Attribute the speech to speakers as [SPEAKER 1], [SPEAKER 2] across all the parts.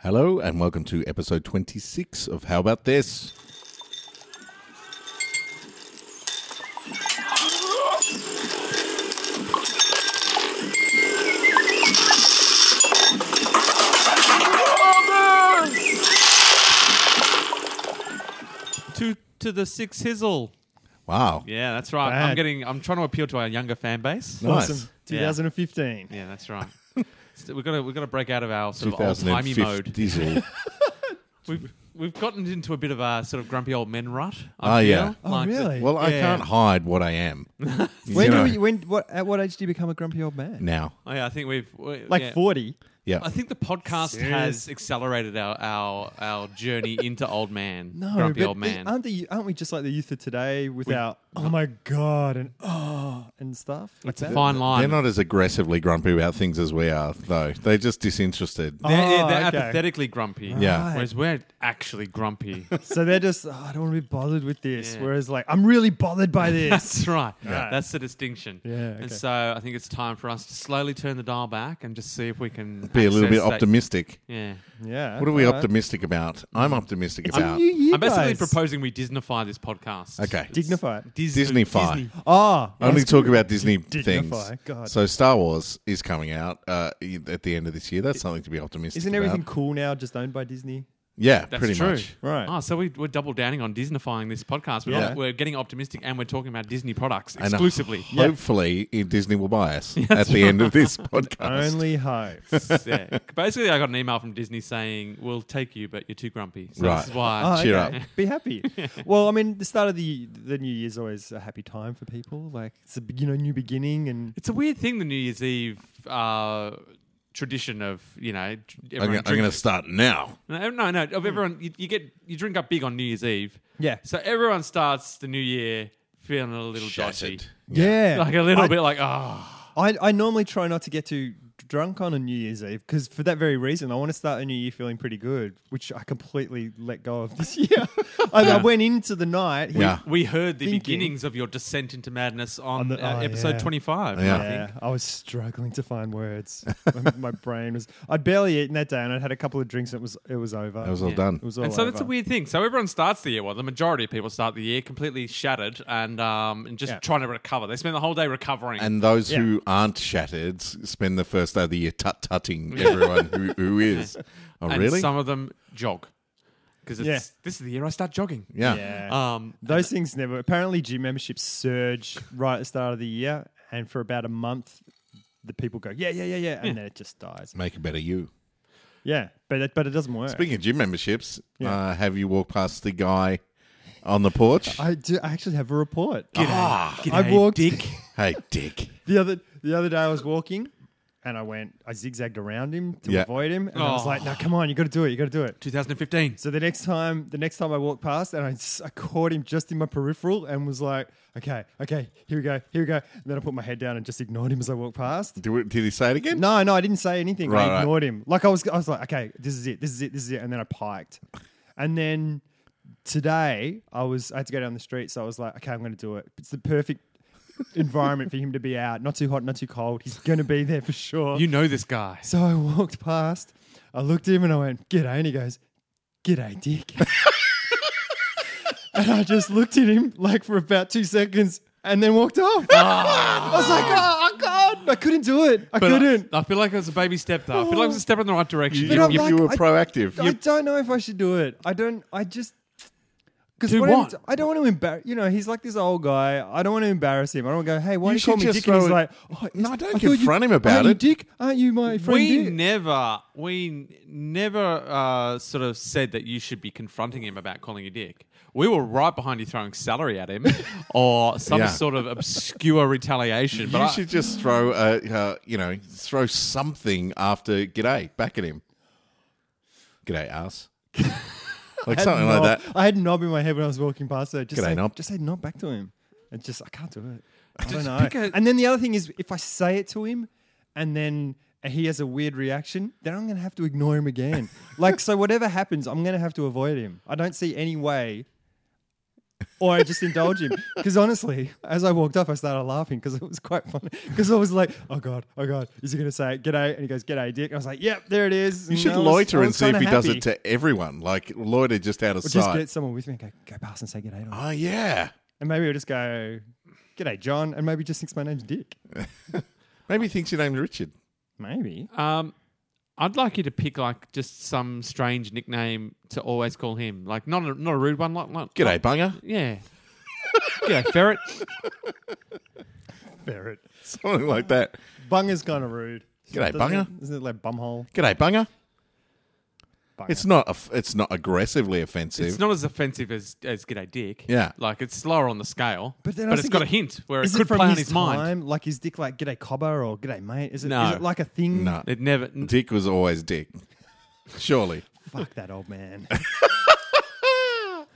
[SPEAKER 1] Hello, and welcome to episode 26 of How About This?
[SPEAKER 2] Two to the six hizzle.
[SPEAKER 1] Wow.
[SPEAKER 2] Yeah, that's right. I'm
[SPEAKER 3] Bad.
[SPEAKER 2] getting. I'm trying to appeal to our younger fan base.
[SPEAKER 1] Nice.
[SPEAKER 3] Awesome. 2015.
[SPEAKER 2] Yeah, that's right. So we've got to we've got to break out of our sort of old timey
[SPEAKER 1] 2005
[SPEAKER 2] mode.
[SPEAKER 1] diesel.
[SPEAKER 2] We've we've gotten into a bit of a sort of grumpy old men rut.
[SPEAKER 1] Oh,
[SPEAKER 2] I feel.
[SPEAKER 1] yeah.
[SPEAKER 3] Oh,
[SPEAKER 2] Like the-
[SPEAKER 3] really?
[SPEAKER 1] Well, I
[SPEAKER 2] Yeah.
[SPEAKER 1] can't hide what I am. You
[SPEAKER 3] When
[SPEAKER 1] know,
[SPEAKER 3] do you, when what at what age do you become a grumpy old man?
[SPEAKER 1] now.
[SPEAKER 2] oh, yeah, I think we've we,
[SPEAKER 3] Like
[SPEAKER 2] yeah.
[SPEAKER 3] 40.
[SPEAKER 1] Yeah.
[SPEAKER 2] I think the podcast has accelerated our, our our journey into old man,
[SPEAKER 3] No,
[SPEAKER 2] grumpy
[SPEAKER 3] but
[SPEAKER 2] old
[SPEAKER 3] the-
[SPEAKER 2] man.
[SPEAKER 3] aren't the aren't we just like the youth of today with our oh my god and oh and stuff like
[SPEAKER 2] it's a
[SPEAKER 3] that?
[SPEAKER 2] fine line.
[SPEAKER 1] They're not as aggressively grumpy about things as we are, though. They're just disinterested.
[SPEAKER 3] Oh,
[SPEAKER 2] They're, yeah, they're
[SPEAKER 3] okay.
[SPEAKER 2] apathetically grumpy.
[SPEAKER 1] Yeah.
[SPEAKER 3] Right.
[SPEAKER 2] Whereas we're actually grumpy.
[SPEAKER 3] So they're just oh, I don't want to be bothered with this.
[SPEAKER 2] Yeah.
[SPEAKER 3] Whereas like I'm really bothered by this.
[SPEAKER 2] That's right.
[SPEAKER 3] Yeah.
[SPEAKER 2] That's the distinction.
[SPEAKER 3] Yeah,
[SPEAKER 2] And
[SPEAKER 3] okay.
[SPEAKER 2] so I think it's time for us to slowly turn the dial back and just see if we can
[SPEAKER 1] Be a little bit
[SPEAKER 2] access that-
[SPEAKER 1] optimistic.
[SPEAKER 2] Yeah.
[SPEAKER 3] yeah.
[SPEAKER 1] What are we
[SPEAKER 3] alright.
[SPEAKER 1] optimistic about? I'm optimistic
[SPEAKER 3] It's a
[SPEAKER 1] about.
[SPEAKER 3] new year,
[SPEAKER 2] I'm basically
[SPEAKER 3] guys.
[SPEAKER 2] proposing we Disneyfy this podcast.
[SPEAKER 1] Okay.
[SPEAKER 3] dignify. it.
[SPEAKER 2] Dis-
[SPEAKER 1] Disneyfy.
[SPEAKER 3] Oh,
[SPEAKER 1] Only
[SPEAKER 3] that's
[SPEAKER 1] talk about Disney
[SPEAKER 3] Dignify,
[SPEAKER 1] things.
[SPEAKER 3] God.
[SPEAKER 1] So Star Wars is coming out uh, at the end of this year. That's something to be optimistic
[SPEAKER 3] Isn't everything
[SPEAKER 1] about.
[SPEAKER 3] cool now just owned by Disney?
[SPEAKER 1] Yeah,
[SPEAKER 2] That's
[SPEAKER 1] pretty
[SPEAKER 2] true.
[SPEAKER 1] much.
[SPEAKER 3] Right.
[SPEAKER 2] Oh, so we, we're double downing on Disneyfying this podcast. We're,
[SPEAKER 1] Yeah.
[SPEAKER 2] not, we're getting optimistic and we're talking about Disney products
[SPEAKER 1] And, uh,
[SPEAKER 2] exclusively.
[SPEAKER 1] Hopefully, i- Disney will buy us at the end of this podcast.
[SPEAKER 3] Only hope.
[SPEAKER 2] Yeah. Basically, I got an email from Disney saying, We'll take you, but you're too grumpy. So
[SPEAKER 1] Right.
[SPEAKER 2] this is why.
[SPEAKER 3] Oh,
[SPEAKER 1] Cheer
[SPEAKER 3] okay. Be happy. well, I mean, the start of the the new year's always a happy time for people. Like it's a you know new beginning and
[SPEAKER 2] It's a weird thing, the New Year's Eve uh, tradition of, you know,
[SPEAKER 1] I'm
[SPEAKER 2] everyone
[SPEAKER 1] gonna- I'm going to start now.
[SPEAKER 2] No, no, no.
[SPEAKER 3] Hmm.
[SPEAKER 2] Of everyone, you, you get you drink up big on New Year's Eve,
[SPEAKER 3] yeah,
[SPEAKER 2] so everyone starts the new year feeling a little dodgy,
[SPEAKER 3] yeah.
[SPEAKER 2] like a little
[SPEAKER 3] I,
[SPEAKER 2] bit like oh,
[SPEAKER 3] I I normally try not to get too drunk on a New Year's Eve because for that very reason, I want to start a new year feeling pretty good, which I completely let go of this year. I, I went into the night.
[SPEAKER 1] Yeah.
[SPEAKER 2] we heard the
[SPEAKER 3] Thinking.
[SPEAKER 2] beginnings of your descent into madness on,
[SPEAKER 3] On the-
[SPEAKER 2] uh,
[SPEAKER 3] oh,
[SPEAKER 2] episode
[SPEAKER 3] yeah.
[SPEAKER 2] twenty five.
[SPEAKER 1] Yeah.
[SPEAKER 2] I think.
[SPEAKER 3] Yeah, I was struggling to find words. my, my brain was. I'd barely eaten that day, and I'd had a couple of drinks. And it was. It was over.
[SPEAKER 1] That was all
[SPEAKER 2] Yeah.
[SPEAKER 1] done.
[SPEAKER 3] It was all
[SPEAKER 2] And so
[SPEAKER 3] over.
[SPEAKER 2] that's a weird thing. So everyone starts the year well. The majority of people start the year completely shattered and um and just
[SPEAKER 3] Yeah.
[SPEAKER 2] trying to recover. They spend the whole day recovering.
[SPEAKER 1] And those who aren't shattered s- spend the first day of the year tut tutting everyone who, who is. Oh,
[SPEAKER 2] And
[SPEAKER 1] really?
[SPEAKER 2] Some of them jog because
[SPEAKER 3] Yeah.
[SPEAKER 2] this is the year I start jogging.
[SPEAKER 1] yeah.
[SPEAKER 3] Yeah.
[SPEAKER 2] Um,
[SPEAKER 3] Those things never. Apparently, gym memberships surge right at the start of the year, and for about a month, the people go, yeah, yeah, yeah, yeah, and then it just dies.
[SPEAKER 1] Make a better you.
[SPEAKER 3] Yeah, but it, but it doesn't work.
[SPEAKER 1] Speaking of gym memberships,
[SPEAKER 3] Yeah.
[SPEAKER 1] uh, have you walked past the guy on the porch?
[SPEAKER 3] I do. I actually have a report.
[SPEAKER 1] Ah,
[SPEAKER 3] I walked
[SPEAKER 2] Dick.
[SPEAKER 1] hey, dick.
[SPEAKER 3] the other the other day. I was walking, and I went. I zigzagged around him to
[SPEAKER 1] Yeah.
[SPEAKER 3] avoid him, and I was
[SPEAKER 2] Oh.
[SPEAKER 3] like, "No, come on, you got to do it. You got to do it."
[SPEAKER 2] 2015.
[SPEAKER 3] So the next time, the next time I walked past, and I, s- I caught him just in my peripheral, and was like, "Okay, okay, here we go, here we go." And then I put my head down and just ignored him as I walked past.
[SPEAKER 1] Did, we- did he say it again?
[SPEAKER 3] No, no, I didn't say anything.
[SPEAKER 1] Right, right.
[SPEAKER 3] I ignored him. Like I was, I was like, okay, this is it, this is it, this is it, and then I piked, and then today I was, I had to go down the street, so I was like, okay, I'm going to do it. It's the perfect environment for him to be out, not too hot, not too cold. He's going to be there for sure.
[SPEAKER 2] You know this guy.
[SPEAKER 3] so I walked past, I looked at him, and I went, "G'day," and he goes, "G'day, Dick." and I just looked at him like for about two seconds, and then walked off. I was like, oh God, I couldn't do it. I
[SPEAKER 2] But I-
[SPEAKER 3] couldn't.
[SPEAKER 2] I, feel like it was a baby step though. I feel like it was a step in the right direction.
[SPEAKER 1] You,
[SPEAKER 3] But I'm
[SPEAKER 1] you-
[SPEAKER 3] like,
[SPEAKER 1] you were
[SPEAKER 3] I-
[SPEAKER 1] proactive.
[SPEAKER 3] I don't know if I should do it. I don't. I just because
[SPEAKER 2] Do what?
[SPEAKER 3] I don't want to embarrass. You know, he's like this old guy. I don't want to embarrass him. I don't go. Hey, why
[SPEAKER 1] You
[SPEAKER 3] do you call
[SPEAKER 1] should
[SPEAKER 3] me
[SPEAKER 1] just
[SPEAKER 3] Dick? And he's
[SPEAKER 1] throw it-
[SPEAKER 3] like, oh,
[SPEAKER 1] No, don't
[SPEAKER 3] I thought you-
[SPEAKER 1] confront him about
[SPEAKER 3] aren't you
[SPEAKER 1] it.
[SPEAKER 3] Dick, aren't you my friend?
[SPEAKER 2] we
[SPEAKER 3] Dick?
[SPEAKER 2] never, we n- never uh, sort of said that you should be confronting him about calling you dick. We were right behind you throwing salary at him or some
[SPEAKER 1] Yeah.
[SPEAKER 2] sort of obscure retaliation. But
[SPEAKER 1] you
[SPEAKER 2] I-
[SPEAKER 1] should just throw a, uh, you know, throw something after g'day back at him. G'day, ass. like
[SPEAKER 3] I had
[SPEAKER 1] something like
[SPEAKER 3] knob-
[SPEAKER 1] that.
[SPEAKER 3] I had knob in my head when I was walking past there. Just
[SPEAKER 1] G'day,
[SPEAKER 3] say,
[SPEAKER 1] knob.
[SPEAKER 3] Just say knob back to him. It's just I can't do it. I don't
[SPEAKER 2] pick
[SPEAKER 3] know.
[SPEAKER 2] a-
[SPEAKER 3] and then the other thing is, if I say it to him, and then he has a weird reaction, then I'm going to have to ignore him again. like so, whatever happens, I'm going to have to avoid him. I don't see any way or I just indulge him. Because honestly, as I walked off, I started laughing because it was quite funny. Because I was like, oh God, oh God, is he going to say it? g'day? And he goes, g'day, dick. I was like, yep, there it is.
[SPEAKER 1] You should loiter and see if he does it to everyone. Like loiter just out of
[SPEAKER 3] Or just
[SPEAKER 1] sight.
[SPEAKER 3] get someone with me and go, go past and say g'day to him.
[SPEAKER 1] oh yeah.
[SPEAKER 3] And maybe I'll just go, g'day, John. And maybe just thinks my name's Dick.
[SPEAKER 1] Maybe he thinks your name's Richard.
[SPEAKER 3] Maybe.
[SPEAKER 2] Um, I'd like you to pick like just some strange nickname to always call him. Like not a, not a rude one. Like, like
[SPEAKER 1] G'day, bunger.
[SPEAKER 2] yeah. Yeah, ferret.
[SPEAKER 3] Ferret.
[SPEAKER 1] Something like that.
[SPEAKER 3] Bunger's kind of rude.
[SPEAKER 1] G'day,
[SPEAKER 3] Doesn't
[SPEAKER 1] Bunger.
[SPEAKER 3] It, isn't it like bumhole?
[SPEAKER 1] G'day, bunger.
[SPEAKER 3] Bunger.
[SPEAKER 1] It's not. aff- It's not aggressively offensive.
[SPEAKER 2] It's not as offensive as as g'day dick.
[SPEAKER 1] Yeah.
[SPEAKER 2] like it's slower on the scale,
[SPEAKER 3] But
[SPEAKER 2] but,
[SPEAKER 3] then I was
[SPEAKER 2] it's got a
[SPEAKER 3] thinking,
[SPEAKER 2] hint where it
[SPEAKER 3] is
[SPEAKER 2] could
[SPEAKER 3] it from
[SPEAKER 2] play on
[SPEAKER 3] his,
[SPEAKER 2] his mind.
[SPEAKER 3] time? Like is Dick like g'day cobber or g'day mate? Is it,
[SPEAKER 2] No.
[SPEAKER 3] is it like a thing?
[SPEAKER 1] No.
[SPEAKER 2] It never. n-
[SPEAKER 1] Dick was always Dick. Surely.
[SPEAKER 3] Fuck that old man.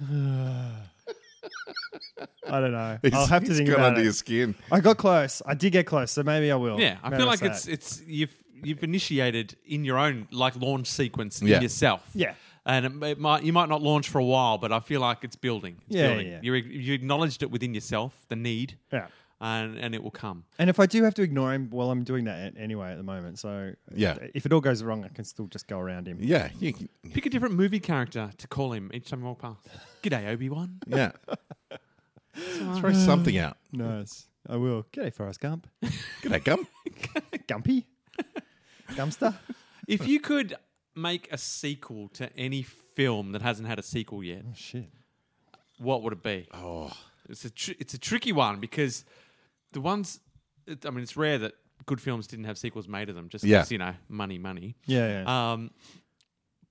[SPEAKER 3] I don't know. I'll
[SPEAKER 1] He's-
[SPEAKER 3] have to
[SPEAKER 1] he's
[SPEAKER 3] think
[SPEAKER 1] got
[SPEAKER 3] about
[SPEAKER 1] under
[SPEAKER 3] it.
[SPEAKER 1] your skin.
[SPEAKER 3] I got close. I did get close, so maybe I will.
[SPEAKER 2] Yeah, I
[SPEAKER 3] Maybe
[SPEAKER 2] feel
[SPEAKER 3] I'll
[SPEAKER 2] like
[SPEAKER 3] say
[SPEAKER 2] it's
[SPEAKER 3] it.
[SPEAKER 2] it's you've you've initiated in your own like launch sequence
[SPEAKER 1] Yeah.
[SPEAKER 2] in yourself.
[SPEAKER 3] Yeah.
[SPEAKER 2] and it, it might you might not launch for a while, but I feel like it's building. It's
[SPEAKER 3] Yeah,
[SPEAKER 2] building.
[SPEAKER 3] yeah.
[SPEAKER 2] You you acknowledged it within yourself, the need.
[SPEAKER 3] Yeah.
[SPEAKER 2] and and it will come.
[SPEAKER 3] And if I do have to ignore him, well, I'm doing that a- anyway at the moment. So
[SPEAKER 1] Yeah.
[SPEAKER 3] if it all goes wrong, I can still just go around him.
[SPEAKER 1] Yeah. You, can-
[SPEAKER 2] Pick a different movie character to call him each time you walk past. G'day, Obi Wan.
[SPEAKER 1] yeah. Throw something out.
[SPEAKER 3] Nice. I will. G'day, Forrest Gump.
[SPEAKER 1] G'day, Gum.
[SPEAKER 3] Gumpy. Gumpster.
[SPEAKER 2] If you could make a sequel to any film that hasn't had a sequel yet,
[SPEAKER 3] Shit.
[SPEAKER 2] what would it be?
[SPEAKER 1] Oh.
[SPEAKER 2] It's a tr- it's a tricky one because the ones it, I mean it's rare that good films didn't have sequels made of them just 'cause,
[SPEAKER 1] Yeah.
[SPEAKER 2] you know money money.
[SPEAKER 3] Yeah. yeah.
[SPEAKER 2] Um,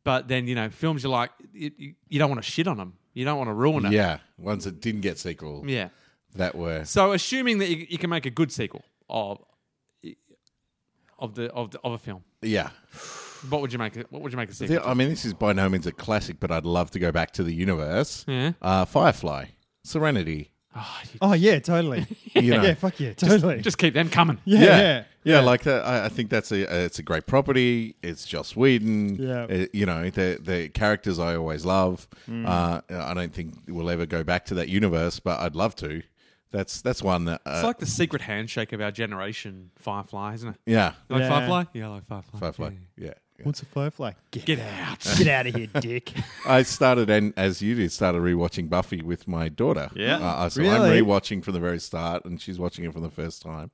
[SPEAKER 2] but then you know films you're like you, you, you don't want to shit on them. You don't want to ruin it.
[SPEAKER 1] Yeah. Ones that didn't get sequel
[SPEAKER 2] Yeah.
[SPEAKER 1] that were.
[SPEAKER 2] So assuming that you, you can make a good sequel of of the of the, of a film,
[SPEAKER 1] Yeah.
[SPEAKER 2] what would you make? it- What would you make a sequel?
[SPEAKER 1] The- I mean, this is by no means a classic, but I'd love to go back to the universe.
[SPEAKER 2] Yeah.
[SPEAKER 1] Uh, Firefly, Serenity.
[SPEAKER 2] Oh, you-
[SPEAKER 3] oh, yeah, totally.
[SPEAKER 1] You know.
[SPEAKER 3] Yeah, fuck yeah, totally.
[SPEAKER 2] just keep them coming.
[SPEAKER 3] yeah,
[SPEAKER 1] yeah.
[SPEAKER 3] yeah.
[SPEAKER 1] Yeah, like that. I, I think that's a uh, it's a great property. It's Joss Whedon.
[SPEAKER 3] Yeah.
[SPEAKER 1] Uh, you know the the characters I always love. Uh, I don't think we'll ever go back to that universe, but I'd love to. That's that's one that. Uh,
[SPEAKER 2] It's like the secret handshake of our generation, Firefly, isn't it?
[SPEAKER 1] yeah,
[SPEAKER 2] You like
[SPEAKER 3] Yeah.
[SPEAKER 2] Firefly? Yeah, I like Firefly.
[SPEAKER 1] Firefly. Yeah.
[SPEAKER 2] Yeah.
[SPEAKER 1] yeah.
[SPEAKER 3] What's a firefly? Get,
[SPEAKER 2] Get out.
[SPEAKER 3] get out of here, dick.
[SPEAKER 1] I started and as you did started rewatching Buffy with my daughter.
[SPEAKER 2] Yeah.
[SPEAKER 1] uh, so
[SPEAKER 3] Really?
[SPEAKER 1] I'm rewatching from the very start, and she's watching it from the first time.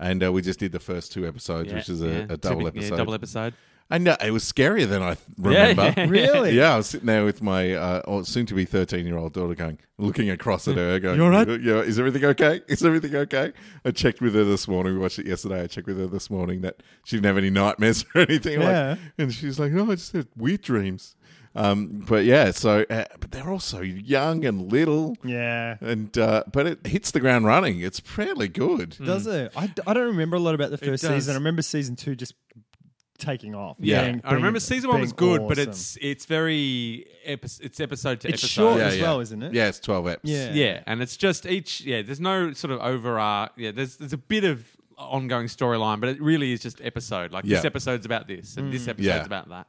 [SPEAKER 1] And uh, we just did the first two episodes, which is a, a double
[SPEAKER 2] Typic- yeah,
[SPEAKER 1] episode.
[SPEAKER 2] double episode.
[SPEAKER 1] And uh, it was scarier than I th- remember.
[SPEAKER 2] yeah.
[SPEAKER 3] really?
[SPEAKER 1] Yeah, I was sitting there with my uh, soon to be 13 year old daughter going, looking across at her, going,
[SPEAKER 3] You all right?
[SPEAKER 1] Yeah, is everything okay? Is everything okay? I checked with her this morning. We watched it yesterday. I checked with her this morning that she didn't have any nightmares or anything. like-
[SPEAKER 3] Yeah.
[SPEAKER 1] and she's like, Oh, I just had weird dreams. Um, but yeah, so, uh, but they're also young and little.
[SPEAKER 3] Yeah.
[SPEAKER 1] And, uh, but it hits the ground running. It's fairly good.
[SPEAKER 2] Mm.
[SPEAKER 3] Does it? I, d- I don't remember a lot about the first
[SPEAKER 2] does.
[SPEAKER 3] season. I remember season two just taking off.
[SPEAKER 1] Yeah.
[SPEAKER 3] being-
[SPEAKER 2] I remember
[SPEAKER 3] being-
[SPEAKER 2] season one was
[SPEAKER 3] being
[SPEAKER 2] good, but
[SPEAKER 3] awesome.
[SPEAKER 2] it's it's very epi- it's episode to
[SPEAKER 3] It's
[SPEAKER 2] episode.
[SPEAKER 3] short
[SPEAKER 1] Yeah,
[SPEAKER 3] as
[SPEAKER 1] yeah.
[SPEAKER 3] well, isn't it?
[SPEAKER 1] Yeah, it's 12 eps.
[SPEAKER 2] Yeah.
[SPEAKER 3] Yeah.
[SPEAKER 2] and it's just each. Yeah, there's no sort of over. Uh, yeah, there's there's a bit of ongoing storyline, but it really is just episode. Like this
[SPEAKER 1] Yeah.
[SPEAKER 2] episode's about this, and
[SPEAKER 3] Mm.
[SPEAKER 2] this episode's
[SPEAKER 1] Yeah.
[SPEAKER 2] about that.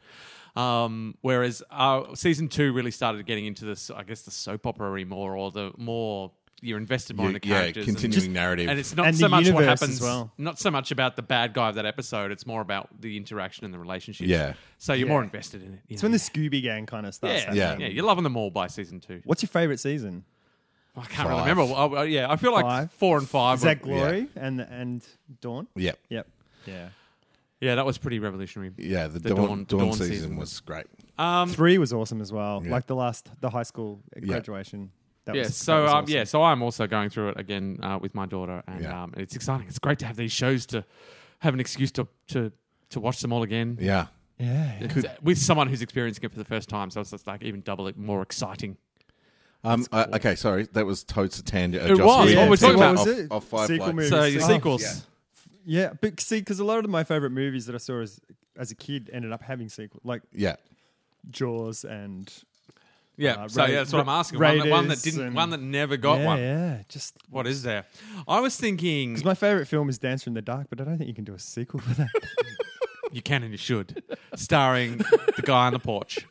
[SPEAKER 2] Um, whereas uh, season two really started getting into this, I guess, the soap opera more, or the more you're invested more in
[SPEAKER 1] Yeah,
[SPEAKER 2] the characters. and-
[SPEAKER 1] continuing narrative.
[SPEAKER 2] and it's not
[SPEAKER 3] And
[SPEAKER 2] so
[SPEAKER 3] the
[SPEAKER 2] much what
[SPEAKER 3] universe as
[SPEAKER 2] happens
[SPEAKER 3] well.
[SPEAKER 2] not so much about the bad guy of that episode it's more about the interaction and the relationships
[SPEAKER 1] Yeah.
[SPEAKER 2] so you're
[SPEAKER 3] Yeah.
[SPEAKER 2] more invested in it you
[SPEAKER 3] It's
[SPEAKER 2] know.
[SPEAKER 3] when the Scooby Gang kind of starts.
[SPEAKER 2] yeah, yeah
[SPEAKER 1] Yeah.
[SPEAKER 2] yeah you're loving them all by season two
[SPEAKER 3] What's your favorite season?
[SPEAKER 2] i
[SPEAKER 1] Five.
[SPEAKER 2] can't really remember I, I- yeah i feel like
[SPEAKER 3] Five.
[SPEAKER 2] four and five
[SPEAKER 3] Is
[SPEAKER 2] were-
[SPEAKER 3] that Glory and and Dawn?
[SPEAKER 1] Yeah.
[SPEAKER 3] Yep. Yeah.
[SPEAKER 2] yeah that was pretty revolutionary
[SPEAKER 1] Yeah, the,
[SPEAKER 2] The
[SPEAKER 1] dawn,
[SPEAKER 2] Dawn-
[SPEAKER 1] dawn,
[SPEAKER 2] Dawn
[SPEAKER 1] season,
[SPEAKER 2] season.
[SPEAKER 1] was great.
[SPEAKER 2] um
[SPEAKER 3] Three was awesome as well.
[SPEAKER 1] Yeah.
[SPEAKER 3] Like the last, the high school graduation. That
[SPEAKER 2] yeah
[SPEAKER 3] was, that
[SPEAKER 2] so
[SPEAKER 3] was
[SPEAKER 2] um,
[SPEAKER 3] awesome.
[SPEAKER 2] yeah so i'm also going through it again uh, with my daughter and
[SPEAKER 1] Yeah.
[SPEAKER 2] um, it's exciting it's great to have these shows to have an excuse to to to watch them all again
[SPEAKER 1] Yeah.
[SPEAKER 3] Yeah. yeah.
[SPEAKER 2] It's- uh, with someone who's experiencing it for the first time so it's just like even double it more exciting
[SPEAKER 1] Um, uh, okay, sorry, that was Totes a Tangent.
[SPEAKER 2] It was,
[SPEAKER 3] what we're talking
[SPEAKER 2] about.
[SPEAKER 1] Off,
[SPEAKER 3] Was it?
[SPEAKER 1] off Firefly.
[SPEAKER 3] Sequel movie.
[SPEAKER 2] so
[SPEAKER 3] Yeah.
[SPEAKER 2] your sequels
[SPEAKER 1] Yeah.
[SPEAKER 3] Yeah, but see, because a lot of my favorite movies that I saw as as a kid ended up having sequels, like
[SPEAKER 1] Yeah,
[SPEAKER 3] Jaws and
[SPEAKER 2] Yeah,
[SPEAKER 3] Uh,
[SPEAKER 2] so
[SPEAKER 3] Ra-
[SPEAKER 2] yeah, that's what I'm asking.
[SPEAKER 3] Ra-
[SPEAKER 2] One that, one that
[SPEAKER 3] Raiders
[SPEAKER 2] didn't,
[SPEAKER 3] and-
[SPEAKER 2] one that never got
[SPEAKER 3] yeah,
[SPEAKER 2] one.
[SPEAKER 3] yeah, just
[SPEAKER 2] What is there? I was thinking
[SPEAKER 3] because my favorite film is Dancer in the Dark, but I don't think you can do a sequel for that.
[SPEAKER 2] you can and you should, starring the guy on the porch.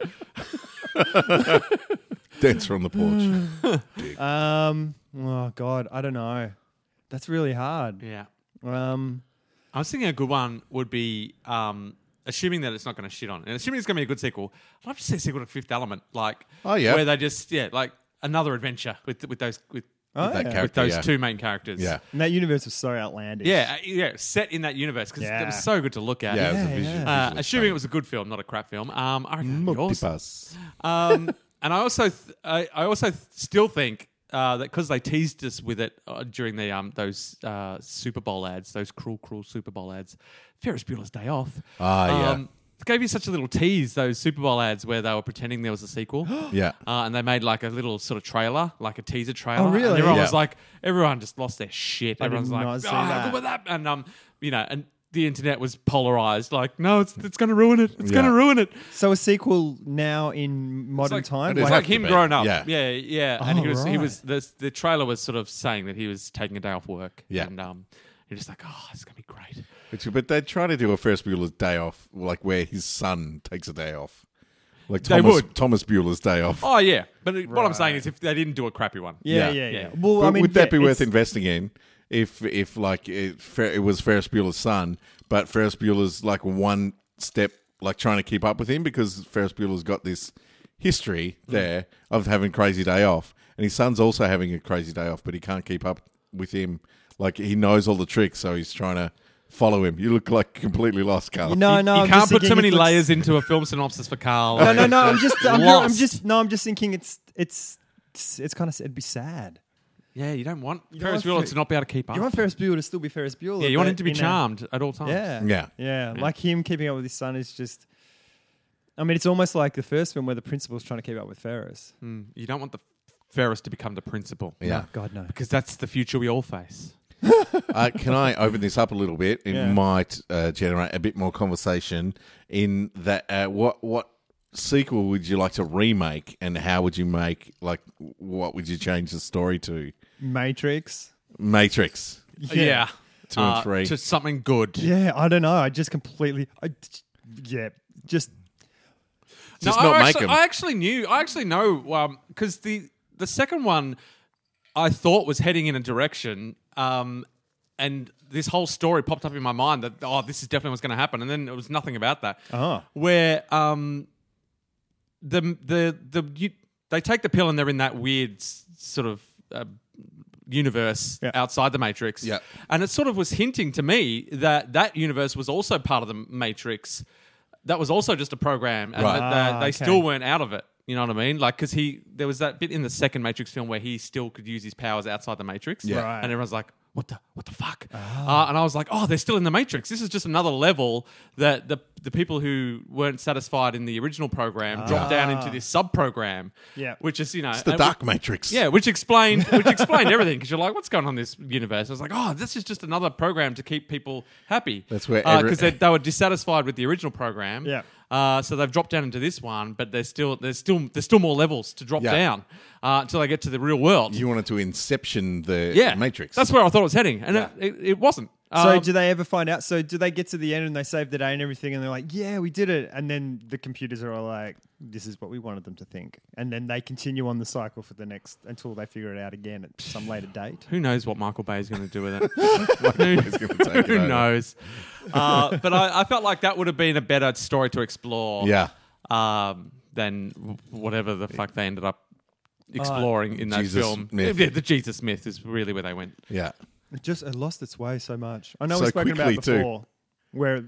[SPEAKER 1] Dancer on the porch.
[SPEAKER 3] Um, oh God, I don't know. That's really hard.
[SPEAKER 2] Yeah.
[SPEAKER 3] Um,
[SPEAKER 2] I was thinking a good one would be, um, assuming that it's not going to shit on, and assuming it's going to be a good sequel. I'd love to see a sequel to Fifth Element, like
[SPEAKER 1] Oh, yeah.
[SPEAKER 2] where they just yeah, like another adventure with with those with,
[SPEAKER 3] oh,
[SPEAKER 1] that
[SPEAKER 3] yeah.
[SPEAKER 1] character.
[SPEAKER 2] with those
[SPEAKER 1] yeah.
[SPEAKER 2] two main characters.
[SPEAKER 1] Yeah.
[SPEAKER 3] And that universe was so outlandish.
[SPEAKER 2] yeah, uh, yeah, set in that universe because
[SPEAKER 3] Yeah.
[SPEAKER 2] it was so good to look at.
[SPEAKER 1] Yeah, it was a
[SPEAKER 3] Yeah,
[SPEAKER 1] visu-
[SPEAKER 3] yeah.
[SPEAKER 1] visual
[SPEAKER 2] Uh,
[SPEAKER 1] stunner.
[SPEAKER 2] assuming it was a good film, not a crap film. Um, I reckon it'd be awesome.
[SPEAKER 1] Multipass.
[SPEAKER 2] Um, and I also, th- I, I also th- still think uh, that because they teased us with it uh, during the um those uh, Super Bowl ads, those cruel, cruel Super Bowl ads, Ferris Bueller's Day Off.
[SPEAKER 1] Ah, yeah.
[SPEAKER 2] it Gave you such a little tease those Super Bowl ads where they were pretending there was a sequel.
[SPEAKER 1] Yeah.
[SPEAKER 2] Uh, and they made like a little sort of trailer, like a teaser trailer.
[SPEAKER 3] Oh, really?
[SPEAKER 2] And everyone
[SPEAKER 1] Yeah.
[SPEAKER 2] was like, everyone just lost their shit. Everyone's
[SPEAKER 3] did
[SPEAKER 2] like,
[SPEAKER 3] not see
[SPEAKER 2] "Oh, how
[SPEAKER 3] that."
[SPEAKER 2] good was that? And um, you know, and the internet was polarized. Like, no, it's it's going to ruin it. It's going
[SPEAKER 1] Yeah.
[SPEAKER 2] to ruin it.
[SPEAKER 3] So a sequel now in modern
[SPEAKER 2] It's
[SPEAKER 3] time.
[SPEAKER 1] It is
[SPEAKER 2] It's
[SPEAKER 1] Have
[SPEAKER 2] like
[SPEAKER 1] to
[SPEAKER 2] him
[SPEAKER 1] be.
[SPEAKER 2] grown up.
[SPEAKER 1] Yeah.
[SPEAKER 2] Yeah, yeah. And he
[SPEAKER 3] Oh,
[SPEAKER 2] was he
[SPEAKER 3] right.
[SPEAKER 2] was the the trailer was sort of saying that he was taking a day off work.
[SPEAKER 1] Yeah.
[SPEAKER 2] and um, you're just like, oh, it's gonna be great.
[SPEAKER 1] Which- But they try to do a Ferris Bueller's Day Off, like where his son takes a day off, like
[SPEAKER 2] They
[SPEAKER 1] Thomas,
[SPEAKER 2] would.
[SPEAKER 1] Thomas Bueller's Day Off.
[SPEAKER 2] Oh yeah, but what I'm saying is if they didn't do a crappy one,
[SPEAKER 3] yeah,
[SPEAKER 1] Yeah.
[SPEAKER 3] yeah, yeah,
[SPEAKER 2] Yeah.
[SPEAKER 3] Well,
[SPEAKER 1] But
[SPEAKER 3] I mean,
[SPEAKER 1] would that be
[SPEAKER 3] yeah,
[SPEAKER 1] worth
[SPEAKER 3] it's-
[SPEAKER 1] investing in? If if like it, Fer- it was Ferris Bueller's son, but Ferris Bueller's like one step like trying to keep up with him because Ferris Bueller's got this history there of having crazy day off, and his son's also having a crazy day off, but he can't keep up with him. Like he knows all the tricks, so he's trying to follow him. You look like completely lost, Carl.
[SPEAKER 3] No,
[SPEAKER 2] you,
[SPEAKER 3] no,
[SPEAKER 2] you
[SPEAKER 3] I'm
[SPEAKER 2] can't
[SPEAKER 3] just
[SPEAKER 2] put too
[SPEAKER 3] thinking
[SPEAKER 2] many
[SPEAKER 3] it's like-
[SPEAKER 2] layers into a film synopsis for Carl.
[SPEAKER 3] No, no, no. I'm just, I'm, not, I'm
[SPEAKER 2] Lost.
[SPEAKER 3] just, no. I'm just thinking it's, it's, it's, it's kind of, it'd be sad.
[SPEAKER 2] yeah, you don't want
[SPEAKER 3] You
[SPEAKER 2] Ferris
[SPEAKER 3] want
[SPEAKER 2] Bueller
[SPEAKER 3] Fer-
[SPEAKER 2] to not be able to keep up.
[SPEAKER 3] You want Ferris Bueller to still be Ferris Bueller.
[SPEAKER 2] yeah, you want
[SPEAKER 3] but
[SPEAKER 2] him to be
[SPEAKER 3] in a-
[SPEAKER 2] charmed at all times.
[SPEAKER 3] Yeah.
[SPEAKER 1] Yeah.
[SPEAKER 3] yeah, Like him keeping up with his son is just. I mean, it's almost like the first film where the principal's trying to keep up with Ferris.
[SPEAKER 2] Mm, you don't want the Ferris to become the principal.
[SPEAKER 1] Yeah.
[SPEAKER 3] God no.
[SPEAKER 2] because that's the future we all face.
[SPEAKER 1] uh, can I open this up a little bit? It
[SPEAKER 3] Yeah.
[SPEAKER 1] might uh, generate a bit more conversation. In that, uh, what what sequel would you like to remake, and how would you make like what would you change the story to?
[SPEAKER 3] Matrix.
[SPEAKER 1] Matrix.
[SPEAKER 2] Yeah, Uh,
[SPEAKER 1] Two and three.
[SPEAKER 2] to something good.
[SPEAKER 3] Yeah, I don't know. I just completely. I, yeah, just
[SPEAKER 1] Just
[SPEAKER 2] I
[SPEAKER 1] not make
[SPEAKER 2] actually,
[SPEAKER 1] 'em.
[SPEAKER 2] I actually knew. I actually know because the the second one I thought was heading in a direction, um, and this whole story popped up in my mind that oh, this is definitely what's going to happen, and then it was nothing about that.
[SPEAKER 1] Uh-huh.
[SPEAKER 3] Oh.
[SPEAKER 2] Where um, the the the you, they take the pill and they're in that weird s- sort of. Uh, universe
[SPEAKER 3] Yeah.
[SPEAKER 2] outside the matrix
[SPEAKER 1] Yeah.
[SPEAKER 2] and it sort of was hinting to me that that universe was also part of the matrix that was also just a program and
[SPEAKER 1] Right.
[SPEAKER 2] that they,
[SPEAKER 3] Ah,
[SPEAKER 2] they
[SPEAKER 3] okay.
[SPEAKER 2] still weren't out of it you know what i mean like because he there was that bit in the second matrix film where he still could use his powers outside the matrix
[SPEAKER 1] Yeah.
[SPEAKER 3] Right. Ah.
[SPEAKER 2] and everyone's like what the what the fuck uh, and i was like oh they're still in the matrix this is just another level that the the people who weren't satisfied in the original program dropped down into this sub program
[SPEAKER 3] Ah. Yeah.
[SPEAKER 2] which is you know
[SPEAKER 1] The
[SPEAKER 2] and-
[SPEAKER 1] Dark Matrix.
[SPEAKER 2] yeah, which explained which explained everything because you're like, what's going on in this universe? I was like, oh, this is just another program to keep people happy.
[SPEAKER 1] That's where every-
[SPEAKER 2] because they, they were dissatisfied with the original program.
[SPEAKER 3] Yeah.
[SPEAKER 2] Uh, so they've dropped down into this one, but there's still there's still there's still more levels to drop
[SPEAKER 1] Yeah.
[SPEAKER 2] down uh, until they get to the real world.
[SPEAKER 1] You wanted to inception the
[SPEAKER 2] yeah,
[SPEAKER 1] Matrix.
[SPEAKER 2] That's where I thought it was heading, and
[SPEAKER 1] Yeah.
[SPEAKER 2] it, it, it wasn't.
[SPEAKER 3] So
[SPEAKER 2] Um,
[SPEAKER 3] do they ever find out? So do they get to the end and they save the day and everything, and they're like, "Yeah, we did it," and then the computers are all like, "This is what we wanted them to think," and then they continue on the cycle for the next until they figure it out again at some later date.
[SPEAKER 2] who knows what Michael Bay is going to do with it?
[SPEAKER 1] He's gonna take it
[SPEAKER 2] who
[SPEAKER 1] over.
[SPEAKER 2] knows? Uh, but I, I felt like that would have been a better story to explore.
[SPEAKER 1] Yeah.
[SPEAKER 2] um, than w- whatever the fuck they ended up Uh, exploring in that
[SPEAKER 1] Jesus
[SPEAKER 2] film.
[SPEAKER 1] myth.
[SPEAKER 2] Yeah, the Jesus myth is really where they went.
[SPEAKER 1] Yeah.
[SPEAKER 3] It just it lost its way so much. I know
[SPEAKER 1] So
[SPEAKER 3] we've spoken about
[SPEAKER 1] quickly, too.
[SPEAKER 3] before where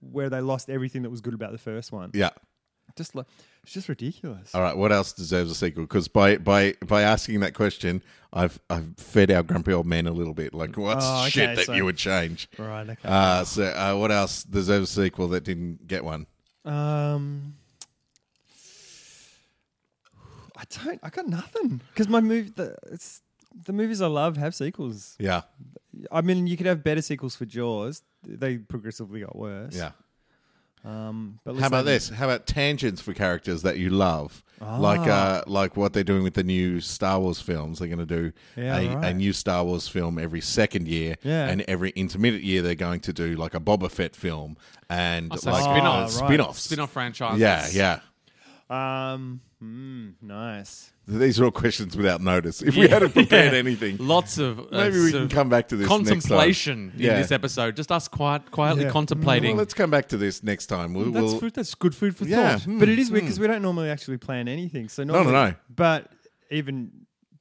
[SPEAKER 3] where they lost everything that was good about the first one.
[SPEAKER 1] Yeah.
[SPEAKER 3] Just like it's just ridiculous.
[SPEAKER 1] All right. What else deserves a sequel? Because by by by asking that question, I've I've fed our grumpy old man a little bit. Like, what's
[SPEAKER 3] Oh, okay,
[SPEAKER 1] shit that
[SPEAKER 3] so-
[SPEAKER 1] you would change?
[SPEAKER 3] Right. Okay.
[SPEAKER 1] Uh, so uh, what else deserves a sequel that didn't get one?
[SPEAKER 3] Um, I don't. I got nothing because my movie. The, it's the movies I love have sequels.
[SPEAKER 1] Yeah.
[SPEAKER 3] I mean, you could have better sequels for Jaws. They progressively got worse.
[SPEAKER 1] Yeah.
[SPEAKER 3] Um. But
[SPEAKER 1] How
[SPEAKER 3] let's
[SPEAKER 1] about
[SPEAKER 3] not-
[SPEAKER 1] this? How about tangents for characters that you love, like
[SPEAKER 2] Ah.
[SPEAKER 1] uh, like what they're doing with the new Star Wars films? They're going to do
[SPEAKER 3] Yeah,
[SPEAKER 1] a, a
[SPEAKER 3] right.
[SPEAKER 1] new Star Wars film every second year,
[SPEAKER 3] Yeah.
[SPEAKER 1] and every intermittent year they're going to do like a Boba Fett film and
[SPEAKER 2] so
[SPEAKER 1] like
[SPEAKER 2] spin-off.
[SPEAKER 1] uh,
[SPEAKER 3] Oh, right.
[SPEAKER 1] spin-offs.
[SPEAKER 2] Spin off franchises.
[SPEAKER 1] Yeah, yeah.
[SPEAKER 3] Um, mm, nice.
[SPEAKER 1] These are all questions without notice. If we hadn't prepared anything,
[SPEAKER 2] Lots of uh,
[SPEAKER 1] maybe we
[SPEAKER 2] sort
[SPEAKER 1] can
[SPEAKER 2] of
[SPEAKER 1] come back to this
[SPEAKER 2] contemplation
[SPEAKER 1] next time.
[SPEAKER 2] in this episode. Just us quiet, quietly
[SPEAKER 3] Yeah.
[SPEAKER 2] contemplating.
[SPEAKER 1] Well, let's come back to this next time. We'll,
[SPEAKER 2] that's
[SPEAKER 1] we'll-
[SPEAKER 2] food. That's good food for
[SPEAKER 1] yeah,
[SPEAKER 2] thought.
[SPEAKER 1] hmm.
[SPEAKER 3] But it is weird because we don't normally actually plan anything. So
[SPEAKER 1] no,
[SPEAKER 3] normally,
[SPEAKER 1] no.
[SPEAKER 3] But even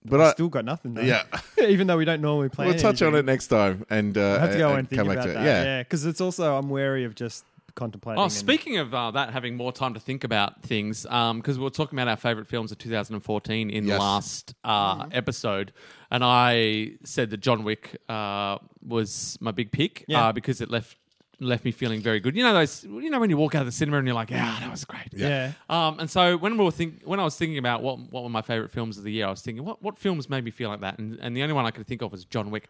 [SPEAKER 1] But
[SPEAKER 3] we
[SPEAKER 1] I-
[SPEAKER 3] still got nothing. Though.
[SPEAKER 1] Yeah.
[SPEAKER 3] even though we don't normally plan.
[SPEAKER 1] we'll touch on
[SPEAKER 3] anything.
[SPEAKER 1] it next time and uh,
[SPEAKER 3] I have to go
[SPEAKER 1] and
[SPEAKER 3] and think
[SPEAKER 1] come back
[SPEAKER 3] about
[SPEAKER 1] to
[SPEAKER 3] that.
[SPEAKER 1] it. Yeah.
[SPEAKER 3] Yeah, because it's also I'm wary of just contemplating.
[SPEAKER 2] Oh,
[SPEAKER 3] and-
[SPEAKER 2] speaking of uh, that, having more time to think about things, because we were talking about our favorite films of 2014 in the
[SPEAKER 1] Yes.
[SPEAKER 2] last uh,
[SPEAKER 3] Mm-hmm.
[SPEAKER 2] episode, and I said that John Wick uh, was my big pick
[SPEAKER 3] Yeah.
[SPEAKER 2] uh, because it left left me feeling very good. You know those, you know when you walk out of the cinema and you're like, yeah, that was great.
[SPEAKER 3] Yeah.
[SPEAKER 2] Um, and so when we were think- when I was thinking about what what were my favorite films of the year, I was thinking what what films made me feel like that, and and the only one I could think of was John Wick.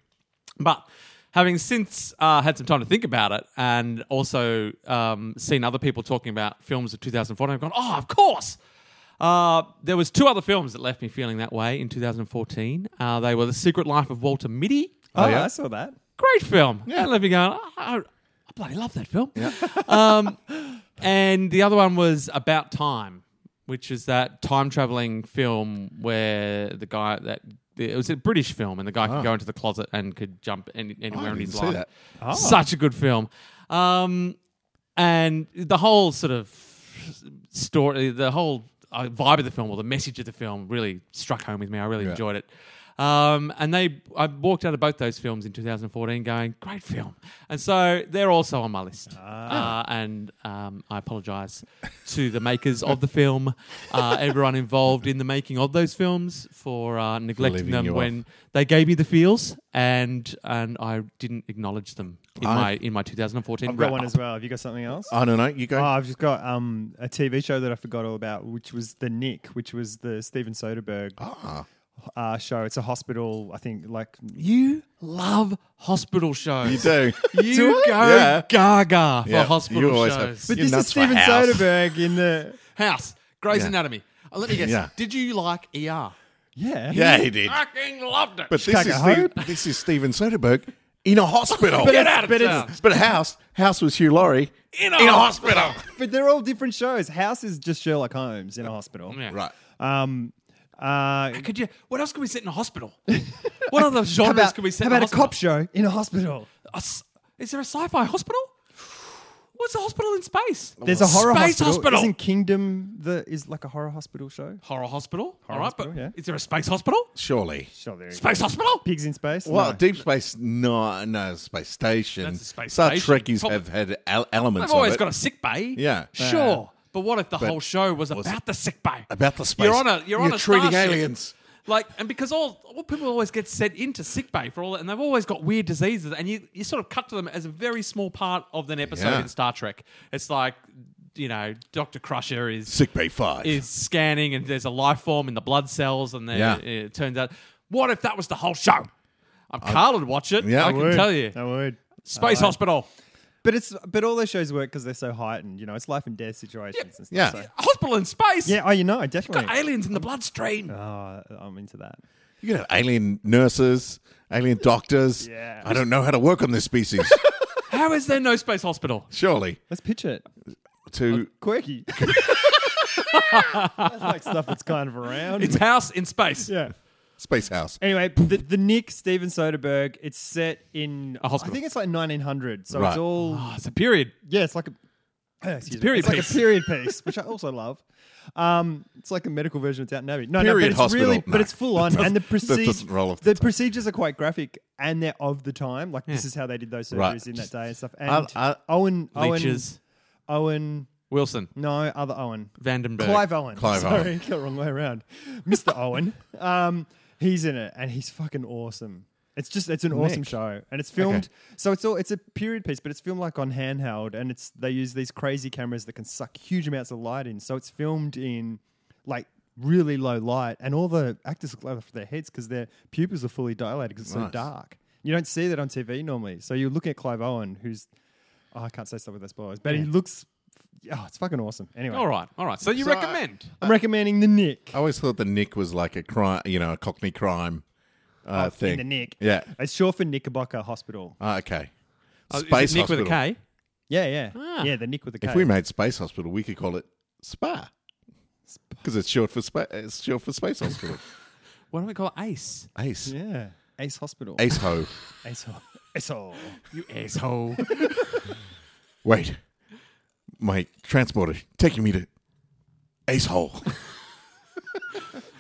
[SPEAKER 2] But having since uh, had some time to think about it, and also um, seen other people talking about films of 2014, I've gone, oh, of course. Uh, there was two other films that left me feeling that way in 2014. Uh, they were The Secret Life of Walter Mitty.
[SPEAKER 3] Oh,
[SPEAKER 1] yeah.
[SPEAKER 3] I saw that.
[SPEAKER 2] Great film. Yeah, that left me going. "Oh, I, I bloody love that film. Um, And the other one was About Time, which is that time traveling film where the guy that it was a British film and the guy could go into the closet and could jump any, anywhere in
[SPEAKER 1] Ah. didn't
[SPEAKER 2] his
[SPEAKER 1] see
[SPEAKER 2] life.
[SPEAKER 1] that. Ah.
[SPEAKER 2] Such a good film. Um, and the whole sort of story, the whole uh, vibe of the film or the message of the film really struck home with me. I really enjoyed it. Um, and they, I walked out of both those films in 2014 going, great film. And so they're also on my list.
[SPEAKER 3] Ah.
[SPEAKER 2] Uh, and um, I apologize to the makers of the film, uh, everyone involved in the making of those films for uh, neglecting
[SPEAKER 1] leaving
[SPEAKER 2] them
[SPEAKER 1] you
[SPEAKER 2] when they gave me the feels and and I didn't acknowledge them in
[SPEAKER 1] I've-
[SPEAKER 2] my in my 2014
[SPEAKER 3] I've got one
[SPEAKER 2] wrap-up.
[SPEAKER 3] as well. Have you got something else?
[SPEAKER 2] Uh,
[SPEAKER 1] I don't know. You go.
[SPEAKER 3] Oh, I've just got um, a TV show that I forgot all about, which was The Nick, which was the Steven Soderbergh
[SPEAKER 1] Ah.
[SPEAKER 3] uh, show. It's a hospital, I think, like
[SPEAKER 2] You love hospital shows.
[SPEAKER 1] You do.
[SPEAKER 2] You
[SPEAKER 1] Do I?
[SPEAKER 2] go
[SPEAKER 1] Yeah.
[SPEAKER 2] gaga for
[SPEAKER 1] Yeah,
[SPEAKER 2] hospital
[SPEAKER 1] you always have-
[SPEAKER 2] shows.
[SPEAKER 3] But
[SPEAKER 1] You're
[SPEAKER 3] this is
[SPEAKER 1] nuts for
[SPEAKER 3] Steven
[SPEAKER 1] house.
[SPEAKER 3] Soderbergh in the
[SPEAKER 2] House, Grey's
[SPEAKER 1] Yeah.
[SPEAKER 2] Anatomy. Uh, let me guess.
[SPEAKER 1] Yeah.
[SPEAKER 2] Did you like ER?
[SPEAKER 3] yeah
[SPEAKER 1] yeah, he did.
[SPEAKER 2] Fucking loved it.
[SPEAKER 1] But this
[SPEAKER 3] Chicago
[SPEAKER 1] is, Steve,
[SPEAKER 3] Hope.
[SPEAKER 1] this is Steven Soderbergh in a hospital. but,
[SPEAKER 2] Get out of
[SPEAKER 3] but
[SPEAKER 2] town.
[SPEAKER 3] it's-
[SPEAKER 1] but House House was Hugh Laurie.
[SPEAKER 2] in a,
[SPEAKER 1] hospital.
[SPEAKER 3] But they're all different shows. House is just Sherlock Holmes in a hospital.
[SPEAKER 2] Uh, Yeah.
[SPEAKER 1] Right.
[SPEAKER 3] Um, uh,
[SPEAKER 2] Could you? What else could we set in a hospital? what other
[SPEAKER 3] how
[SPEAKER 2] genres
[SPEAKER 3] about,
[SPEAKER 2] could we set
[SPEAKER 3] how
[SPEAKER 2] in
[SPEAKER 3] about a
[SPEAKER 2] a hospital?
[SPEAKER 3] cop show in a hospital?
[SPEAKER 2] A s- is there a sci-fi hospital? What's a hospital in space?
[SPEAKER 3] There's a horror
[SPEAKER 2] space
[SPEAKER 3] hospital.
[SPEAKER 2] hospital.
[SPEAKER 3] Isn't Kingdom the is like a horror hospital show?
[SPEAKER 2] horror hospital. All
[SPEAKER 3] Horror
[SPEAKER 2] right,
[SPEAKER 3] hospital,
[SPEAKER 2] but
[SPEAKER 3] yeah.
[SPEAKER 2] is there a space hospital?
[SPEAKER 1] Surely.
[SPEAKER 3] Sure, there you go.
[SPEAKER 2] Space hospital?
[SPEAKER 3] Pigs in space.
[SPEAKER 1] Well,
[SPEAKER 3] No.
[SPEAKER 1] Deep Space no, no Space Station.
[SPEAKER 2] That's a space
[SPEAKER 1] Star
[SPEAKER 2] station.
[SPEAKER 1] Trekkies
[SPEAKER 2] Probably-
[SPEAKER 1] have had el- elements.
[SPEAKER 2] I've always
[SPEAKER 1] of it.
[SPEAKER 2] got a sick bay.
[SPEAKER 1] Yeah.
[SPEAKER 2] Sure. But what if the whole show was about the sick bay?
[SPEAKER 1] about the space.
[SPEAKER 2] You're on a you're, on
[SPEAKER 1] You're
[SPEAKER 2] a
[SPEAKER 1] treating
[SPEAKER 2] starship.
[SPEAKER 1] aliens.
[SPEAKER 2] Like and because all, all people always get sent into sick bay for all that, and they've always got weird diseases, and you, you sort of cut to them as a very small part of an episode
[SPEAKER 1] Yeah.
[SPEAKER 2] in Star Trek. It's like you know, Doctor Crusher is
[SPEAKER 1] Sick Bay Five.
[SPEAKER 2] is scanning and there's a life form in the blood cells and then
[SPEAKER 1] Yeah.
[SPEAKER 2] it turns out what if that was the whole show i'm carl would watch it
[SPEAKER 1] Yeah.
[SPEAKER 2] i
[SPEAKER 1] I
[SPEAKER 2] can
[SPEAKER 3] Would.
[SPEAKER 2] tell you
[SPEAKER 3] I would.
[SPEAKER 2] space hospital
[SPEAKER 3] But it's but all those shows work because they're so heightened. You know, it's life and death situations. and stuff,
[SPEAKER 1] yeah.
[SPEAKER 3] so-
[SPEAKER 2] A hospital in space
[SPEAKER 3] yeah. Oh, you know, definitely.
[SPEAKER 2] aliens in the bloodstream
[SPEAKER 3] Oh, I'm into that.
[SPEAKER 1] You could have alien nurses, alien doctors.
[SPEAKER 3] Yeah.
[SPEAKER 1] I don't know how to work on this species.
[SPEAKER 2] how is there no space hospital
[SPEAKER 1] Surely
[SPEAKER 3] Let's pitch it.
[SPEAKER 1] to
[SPEAKER 3] Quirky. that's like stuff that's kind of around.
[SPEAKER 2] it's house in space
[SPEAKER 3] yeah.
[SPEAKER 1] Space House.
[SPEAKER 3] Anyway, the, the Nick Steven Soderbergh. It's set in
[SPEAKER 2] A hospital.
[SPEAKER 3] I think it's like 1900. So
[SPEAKER 1] Right.
[SPEAKER 3] it's all
[SPEAKER 2] Ah, it's a period
[SPEAKER 3] yeah. It's like a excuse me.
[SPEAKER 2] period
[SPEAKER 3] It's like
[SPEAKER 2] piece.
[SPEAKER 3] a period piece, which I also love. Um, it's like a medical version of Downton Abbey. No, no, but
[SPEAKER 1] Period
[SPEAKER 3] it's
[SPEAKER 1] hospital.
[SPEAKER 3] really,
[SPEAKER 1] No,
[SPEAKER 3] but it's full on,
[SPEAKER 1] that
[SPEAKER 3] and the
[SPEAKER 1] doesn't- that
[SPEAKER 3] procedures,
[SPEAKER 1] doesn't roll off
[SPEAKER 3] the
[SPEAKER 1] the
[SPEAKER 3] procedures are quite graphic, and they're of the time. Like this is how they did those surgeries
[SPEAKER 1] Right.
[SPEAKER 3] in that day and stuff. And
[SPEAKER 1] I- I-
[SPEAKER 3] Owen, Owen,
[SPEAKER 2] leeches
[SPEAKER 3] Owen,
[SPEAKER 2] wilson
[SPEAKER 3] no, other Owen,
[SPEAKER 2] vandenberg
[SPEAKER 3] Clive Owen.
[SPEAKER 1] Clive
[SPEAKER 3] Sorry,
[SPEAKER 1] Owen.
[SPEAKER 3] got the wrong way around. Mr. Owen. Um, he's in it, and he's fucking awesome. It's just it's an awesome show, and it's filmed. So it's all it's a period piece, but it's filmed like on handheld, and it's they use these crazy cameras that can suck huge amounts of light in. So it's filmed in like really low light, and all the actors look over their heads because their pupils are fully dilated because it's so
[SPEAKER 1] Nice.
[SPEAKER 3] dark. You don't see that on TV normally. So you're looking at Clive Owen, who's oh, I can't say stuff with those spoilers, but he looks oh, it's fucking awesome. Anyway,
[SPEAKER 2] all right all right so you
[SPEAKER 3] uh,
[SPEAKER 1] So I-
[SPEAKER 2] recommend
[SPEAKER 3] I'm recommending the Nick.
[SPEAKER 1] Oh, I always thought the Nick was like a crime, you know, a Cockney crime uh,
[SPEAKER 3] Oh,
[SPEAKER 1] thing.
[SPEAKER 3] In the Nick.
[SPEAKER 1] Yeah.
[SPEAKER 3] It's short for Knickerbocker Hospital.
[SPEAKER 1] Ah, okay.
[SPEAKER 2] Oh, is it
[SPEAKER 1] Space
[SPEAKER 2] nick
[SPEAKER 1] Hospital.
[SPEAKER 2] with a k
[SPEAKER 3] Yeah, yeah.
[SPEAKER 2] Ah.
[SPEAKER 3] Yeah, the Nick with the K.
[SPEAKER 1] If we made Space Hospital, we could call it Spa. because it's short for space. It's short for space hospital.
[SPEAKER 2] What do we call it? Ace?
[SPEAKER 1] Ace,
[SPEAKER 3] Yeah. Ace Hospital.
[SPEAKER 1] Ace ho.
[SPEAKER 3] Ace Ho. Ace Ho.
[SPEAKER 2] You asshole.
[SPEAKER 1] Wait, my transporter taking me to Ace hole.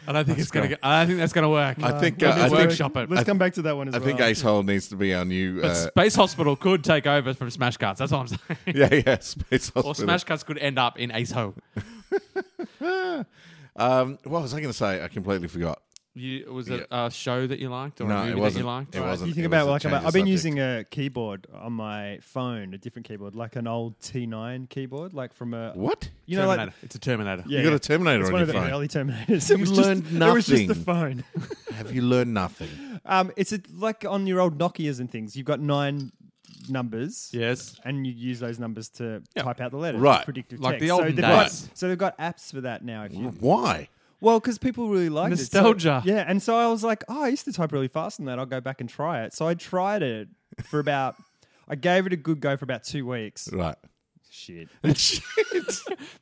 [SPEAKER 2] I don't think it's gonna. Get, I don't think that's gonna work.
[SPEAKER 1] I think.
[SPEAKER 2] Let
[SPEAKER 1] Uh,
[SPEAKER 2] me
[SPEAKER 1] I think.
[SPEAKER 2] workshop it.
[SPEAKER 3] Let's
[SPEAKER 1] I-
[SPEAKER 3] come back to that one as
[SPEAKER 1] I
[SPEAKER 3] well.
[SPEAKER 1] think Ace hole needs to be our new.
[SPEAKER 2] But
[SPEAKER 1] Uh,
[SPEAKER 2] Space Hospital could take over from Smash Cuts. That's all I'm saying.
[SPEAKER 1] yeah, yeah. Space hospital.
[SPEAKER 2] Or Smash Cuts could end up in Ace Ho.
[SPEAKER 1] Um, what was I going to say? I completely forgot.
[SPEAKER 2] You, was it
[SPEAKER 1] Yeah.
[SPEAKER 2] a show that you liked or
[SPEAKER 1] No,
[SPEAKER 2] a movie
[SPEAKER 1] it wasn't.
[SPEAKER 2] that you liked?
[SPEAKER 1] It
[SPEAKER 3] Right,
[SPEAKER 1] wasn't.
[SPEAKER 3] You think
[SPEAKER 1] It
[SPEAKER 3] about
[SPEAKER 1] was a
[SPEAKER 3] like
[SPEAKER 1] change
[SPEAKER 3] about,
[SPEAKER 1] of
[SPEAKER 3] I've been
[SPEAKER 1] subject.
[SPEAKER 3] using a keyboard on my phone, a different keyboard, like an old T9 keyboard, like from a
[SPEAKER 1] What?
[SPEAKER 3] you know like
[SPEAKER 2] Terminator. it's a Terminator.
[SPEAKER 3] yeah,
[SPEAKER 1] You got
[SPEAKER 3] yeah.
[SPEAKER 1] a Terminator
[SPEAKER 3] It's
[SPEAKER 1] on
[SPEAKER 3] one
[SPEAKER 1] your
[SPEAKER 3] of the
[SPEAKER 1] phone.
[SPEAKER 3] early Terminators. It was
[SPEAKER 1] learned
[SPEAKER 3] just, It was just the
[SPEAKER 1] nothing.
[SPEAKER 3] phone.
[SPEAKER 1] Have you learned nothing?
[SPEAKER 3] um, it's a, like on your old Nokia's and things. You've got nine numbers.
[SPEAKER 2] Yes.
[SPEAKER 3] and you use those numbers to
[SPEAKER 2] Yeah.
[SPEAKER 3] type out the letters,
[SPEAKER 1] Right.
[SPEAKER 3] Predictive
[SPEAKER 2] Like
[SPEAKER 3] text.
[SPEAKER 2] the old
[SPEAKER 3] so they've
[SPEAKER 2] days.
[SPEAKER 3] got, so they've got apps for that now. If you
[SPEAKER 1] Why?
[SPEAKER 3] well, because people really liked
[SPEAKER 2] Nostalgia.
[SPEAKER 3] it, so, yeah. And so I was like, oh, I used to type really fast on that. I'll go back and try it. So I tried it for about. I gave it a good go for about two weeks.
[SPEAKER 1] Right.
[SPEAKER 3] Shit,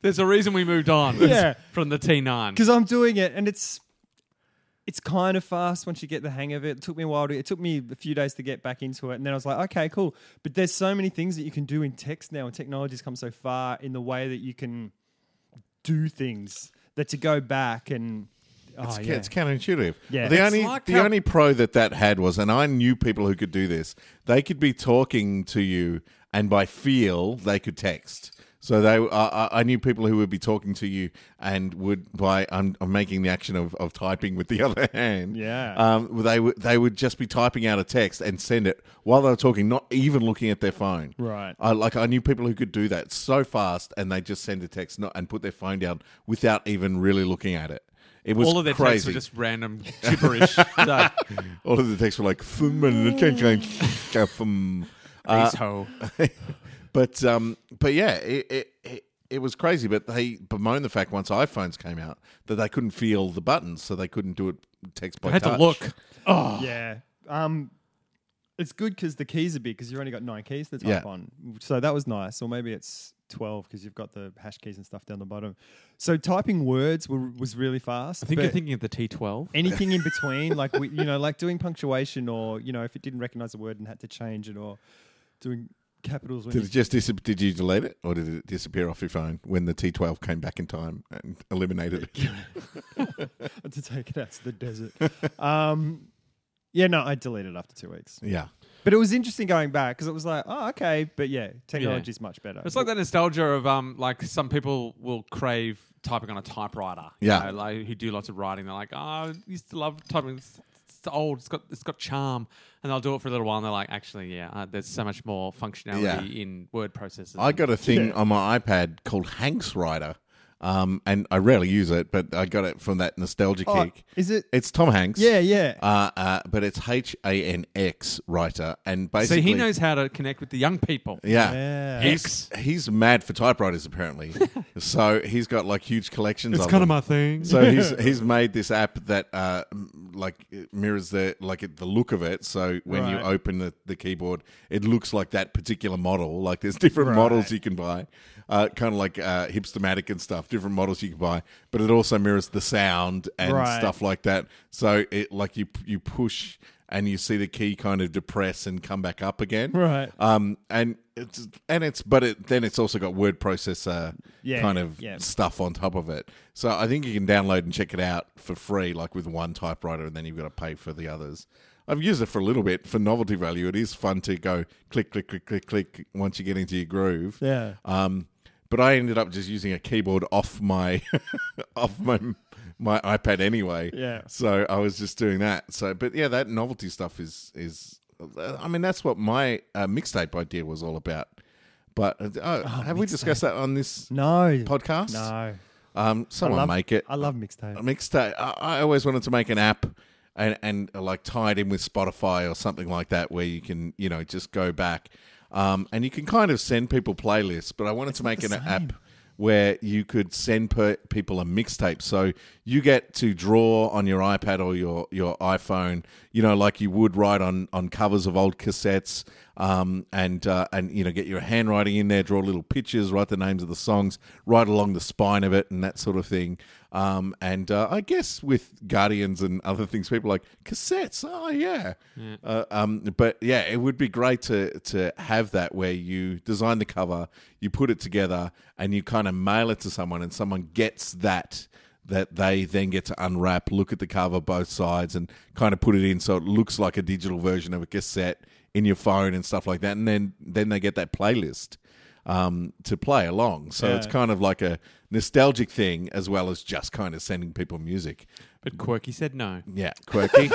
[SPEAKER 2] There's a reason we moved on.
[SPEAKER 3] Yeah.
[SPEAKER 2] From the T9.
[SPEAKER 3] because I'm doing it, and it's. It's kind of fast once you get the hang of it. It took me a while to. It took me a few days to get back into it, and then I was like, okay, cool. But there's so many things that you can do in text now, and technology's come so far in the way that you can do things that to go back and. Oh,
[SPEAKER 1] It's,
[SPEAKER 3] yeah.
[SPEAKER 1] it's counterintuitive.
[SPEAKER 3] Yeah.
[SPEAKER 1] the
[SPEAKER 3] It's
[SPEAKER 1] only
[SPEAKER 2] like
[SPEAKER 1] the
[SPEAKER 2] how-
[SPEAKER 1] only pro that that had was, and I knew people who could do this. They could be talking to you, and by feel they could text. So they, I I I knew people who would be talking to you and would by I'm, I'm making the action of, of typing with the other hand.
[SPEAKER 3] Yeah.
[SPEAKER 1] um, they would they would just be typing out a text and send it while they were talking, not even looking at their phone.
[SPEAKER 3] Right.
[SPEAKER 1] I like I knew people who could do that so fast, and they just send a text not, and put their phone down without even really looking at it. It was
[SPEAKER 2] All of their texts
[SPEAKER 1] crazy.
[SPEAKER 2] were just random gibberish. so,
[SPEAKER 1] All of the texts were like, "Fum, fum." Uh,
[SPEAKER 2] Ace Ho.
[SPEAKER 1] but um, but yeah, it, it it it was crazy. But they bemoaned the fact once iPhones came out that they couldn't feel the buttons, so they couldn't do it text by
[SPEAKER 2] I had to
[SPEAKER 1] touch.
[SPEAKER 2] look. Oh.
[SPEAKER 3] Yeah. Um, it's good because the keys are big because you've only got nine keys to type
[SPEAKER 1] Yeah.
[SPEAKER 3] on. So that was nice. Or maybe it's 12 because you've got the hash keys and stuff down the bottom. So typing words were, was really fast.
[SPEAKER 2] I think you're
[SPEAKER 3] but
[SPEAKER 2] thinking of the T12.
[SPEAKER 3] anything in between, like, we, you know, like doing punctuation or, you know, if it didn't recognize a word and had to change it or doing capitals. When
[SPEAKER 1] Did
[SPEAKER 3] you,
[SPEAKER 1] it just dis- did you delete it or did it disappear off your phone when the T12 came back in time and eliminated it?
[SPEAKER 3] to take it out to the desert. um, yeah, no, I deleted it after two weeks.
[SPEAKER 1] yeah.
[SPEAKER 3] But it was interesting going back because it was like, oh, okay. But yeah, technology's much better.
[SPEAKER 2] It's like that nostalgia of um, like some people will crave typing on a typewriter. you
[SPEAKER 1] Yeah.
[SPEAKER 2] know, like who do lots of writing. They're like, oh, I used to love typing. It's, it's old. It's got it's got charm, and they'll do it for a little while. And they're like, actually, yeah, uh, there's so much more functionality
[SPEAKER 1] Yeah.
[SPEAKER 2] in word processors.
[SPEAKER 1] I got a thing on my iPad called Hanks Rider, um, and I rarely use it, but I got it from that nostalgia
[SPEAKER 3] Oh,
[SPEAKER 1] kick.
[SPEAKER 3] is it?
[SPEAKER 1] It's Tom Hanks.
[SPEAKER 3] Yeah, yeah.
[SPEAKER 1] Uh, uh, but it's H A N X writer, and
[SPEAKER 2] so
[SPEAKER 1] basically
[SPEAKER 2] he knows how to connect with the young people.
[SPEAKER 1] Yeah.
[SPEAKER 3] Yeah.
[SPEAKER 1] He's, he's mad for typewriters apparently, so he's got like huge collections.
[SPEAKER 2] It's
[SPEAKER 1] of
[SPEAKER 2] kind of
[SPEAKER 1] them.
[SPEAKER 2] my thing.
[SPEAKER 1] So he's he's made this app that uh, m- like it mirrors the like it- the look of it. So when you
[SPEAKER 3] Right.
[SPEAKER 1] open the, the keyboard, it looks like that particular model. Like there's different models you can buy, uh, kind of like uh, hipstermatic and stuff. Different models you can buy, but it also mirrors the sound and
[SPEAKER 3] Right.
[SPEAKER 1] stuff like that. So it like you you push and you see the key kind of depress and come back up again.
[SPEAKER 3] Right.
[SPEAKER 1] Um. And it's and it's but it then it's also got word processor
[SPEAKER 3] Yeah,
[SPEAKER 1] kind of
[SPEAKER 3] yeah.
[SPEAKER 1] stuff on top of it. So I think you can download and check it out for free, like with one typewriter, and then you've got to pay for the others. I've used it for a little bit for novelty value. It is fun to go click, click, click, click, click once you get into your groove.
[SPEAKER 3] Yeah.
[SPEAKER 1] Um, but I ended up just using a keyboard off my off my my iPad anyway.
[SPEAKER 3] Yeah.
[SPEAKER 1] So I was just doing that. So, but yeah, that novelty stuff is is. I mean, that's what my uh, mixtape idea was all about. But uh, oh, have we discussed that on this
[SPEAKER 3] No.
[SPEAKER 1] podcast?
[SPEAKER 3] No.
[SPEAKER 1] Um,
[SPEAKER 3] I
[SPEAKER 1] someone
[SPEAKER 3] love,
[SPEAKER 1] make it.
[SPEAKER 3] I love
[SPEAKER 1] A
[SPEAKER 3] mixtape.
[SPEAKER 1] mixtape. I, I always wanted to make an app and and uh, like tie it in with Spotify or something like that, where you can you know just go back, um, and you can kind of send people playlists. But I wanted to make an app where you could send per- people a mixtape. So you get to draw on your iPad or your, your iPhone, you know, like you would write on, on covers of old cassettes um, and, uh, and, you know, get your handwriting in there, draw little pictures, write the names of the songs, right along the spine of it and that sort of thing. Um, and uh, I guess with Guardians and other things, people are like cassettes. Oh yeah. Uh, um, but yeah, it would be great to to have that where you design the cover, you put it together, and you kind of mail it to someone, and someone gets that that they then get to unwrap, look at the cover, both sides, and kind of put it in so it looks like a digital version of a cassette in your phone and stuff like that. And then then they get that playlist um, to play along. So it's kind of like a nostalgic thing as well as just kind of sending people music.
[SPEAKER 2] But Quirky said no.
[SPEAKER 1] Yeah, quirky.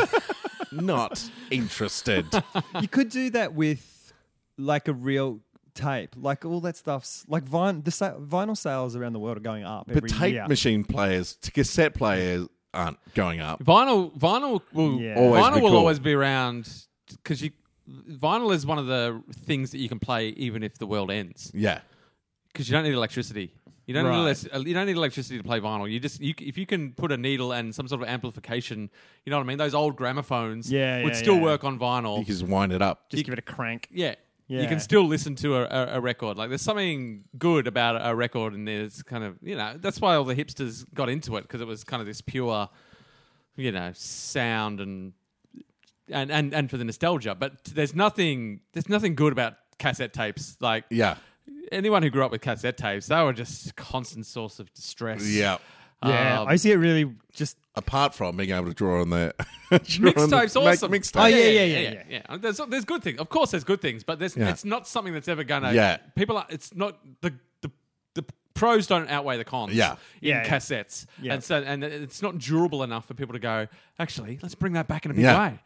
[SPEAKER 1] Not interested.
[SPEAKER 3] you could do that with like a real tape, like all that stuff's like vin- the sa- vinyl sales around the world are going up
[SPEAKER 1] But
[SPEAKER 3] every
[SPEAKER 1] tape
[SPEAKER 3] year.
[SPEAKER 1] machine players to cassette players aren't going up.
[SPEAKER 2] Vinyl, vinyl will
[SPEAKER 3] Yeah.
[SPEAKER 1] Always
[SPEAKER 2] vinyl
[SPEAKER 1] be
[SPEAKER 2] will
[SPEAKER 1] cool.
[SPEAKER 2] always be around because you vinyl is one of the things that you can play even if the world ends
[SPEAKER 1] Yeah.
[SPEAKER 2] because you don't need electricity. You don't
[SPEAKER 3] Right.
[SPEAKER 2] need elec- you don't need electricity to play vinyl. You just you, c- if you can put a needle and some sort of amplification, you know what I mean. Those old gramophones
[SPEAKER 3] Yeah,
[SPEAKER 2] would
[SPEAKER 3] yeah,
[SPEAKER 2] still
[SPEAKER 3] yeah.
[SPEAKER 2] work on vinyl.
[SPEAKER 1] You can just wind it up.
[SPEAKER 3] Just give it a crank.
[SPEAKER 2] Yeah. You
[SPEAKER 3] Yeah.
[SPEAKER 2] can still listen to a, a, a record. Like, there's something good about a record, and there's kind of, you know, that's why all the hipsters got into it because it was kind of this pure, you know, sound and and and, and for the nostalgia. But there's nothing there's nothing good about cassette tapes. Like,
[SPEAKER 1] yeah.
[SPEAKER 2] anyone who grew up with cassette tapes, they were just a constant source of distress.
[SPEAKER 1] Yeah.
[SPEAKER 3] Yeah,
[SPEAKER 2] Um,
[SPEAKER 3] I see it really just
[SPEAKER 1] Apart from being able to draw on the
[SPEAKER 2] Mixtape's awesome.
[SPEAKER 1] Mixtape.
[SPEAKER 3] Oh, yeah, yeah,
[SPEAKER 2] yeah. There's, there's good things. Of course, there's good things, but there's
[SPEAKER 1] Yeah.
[SPEAKER 2] it's not something that's ever gonna.
[SPEAKER 1] Yeah.
[SPEAKER 2] People are. It's not the the the pros don't outweigh the cons.
[SPEAKER 1] Yeah.
[SPEAKER 2] In
[SPEAKER 3] Yeah, yeah.
[SPEAKER 2] cassettes.
[SPEAKER 3] Yeah.
[SPEAKER 2] And so and it's not durable enough for people to go. Actually, let's bring that back in a big
[SPEAKER 1] Yeah.
[SPEAKER 2] way.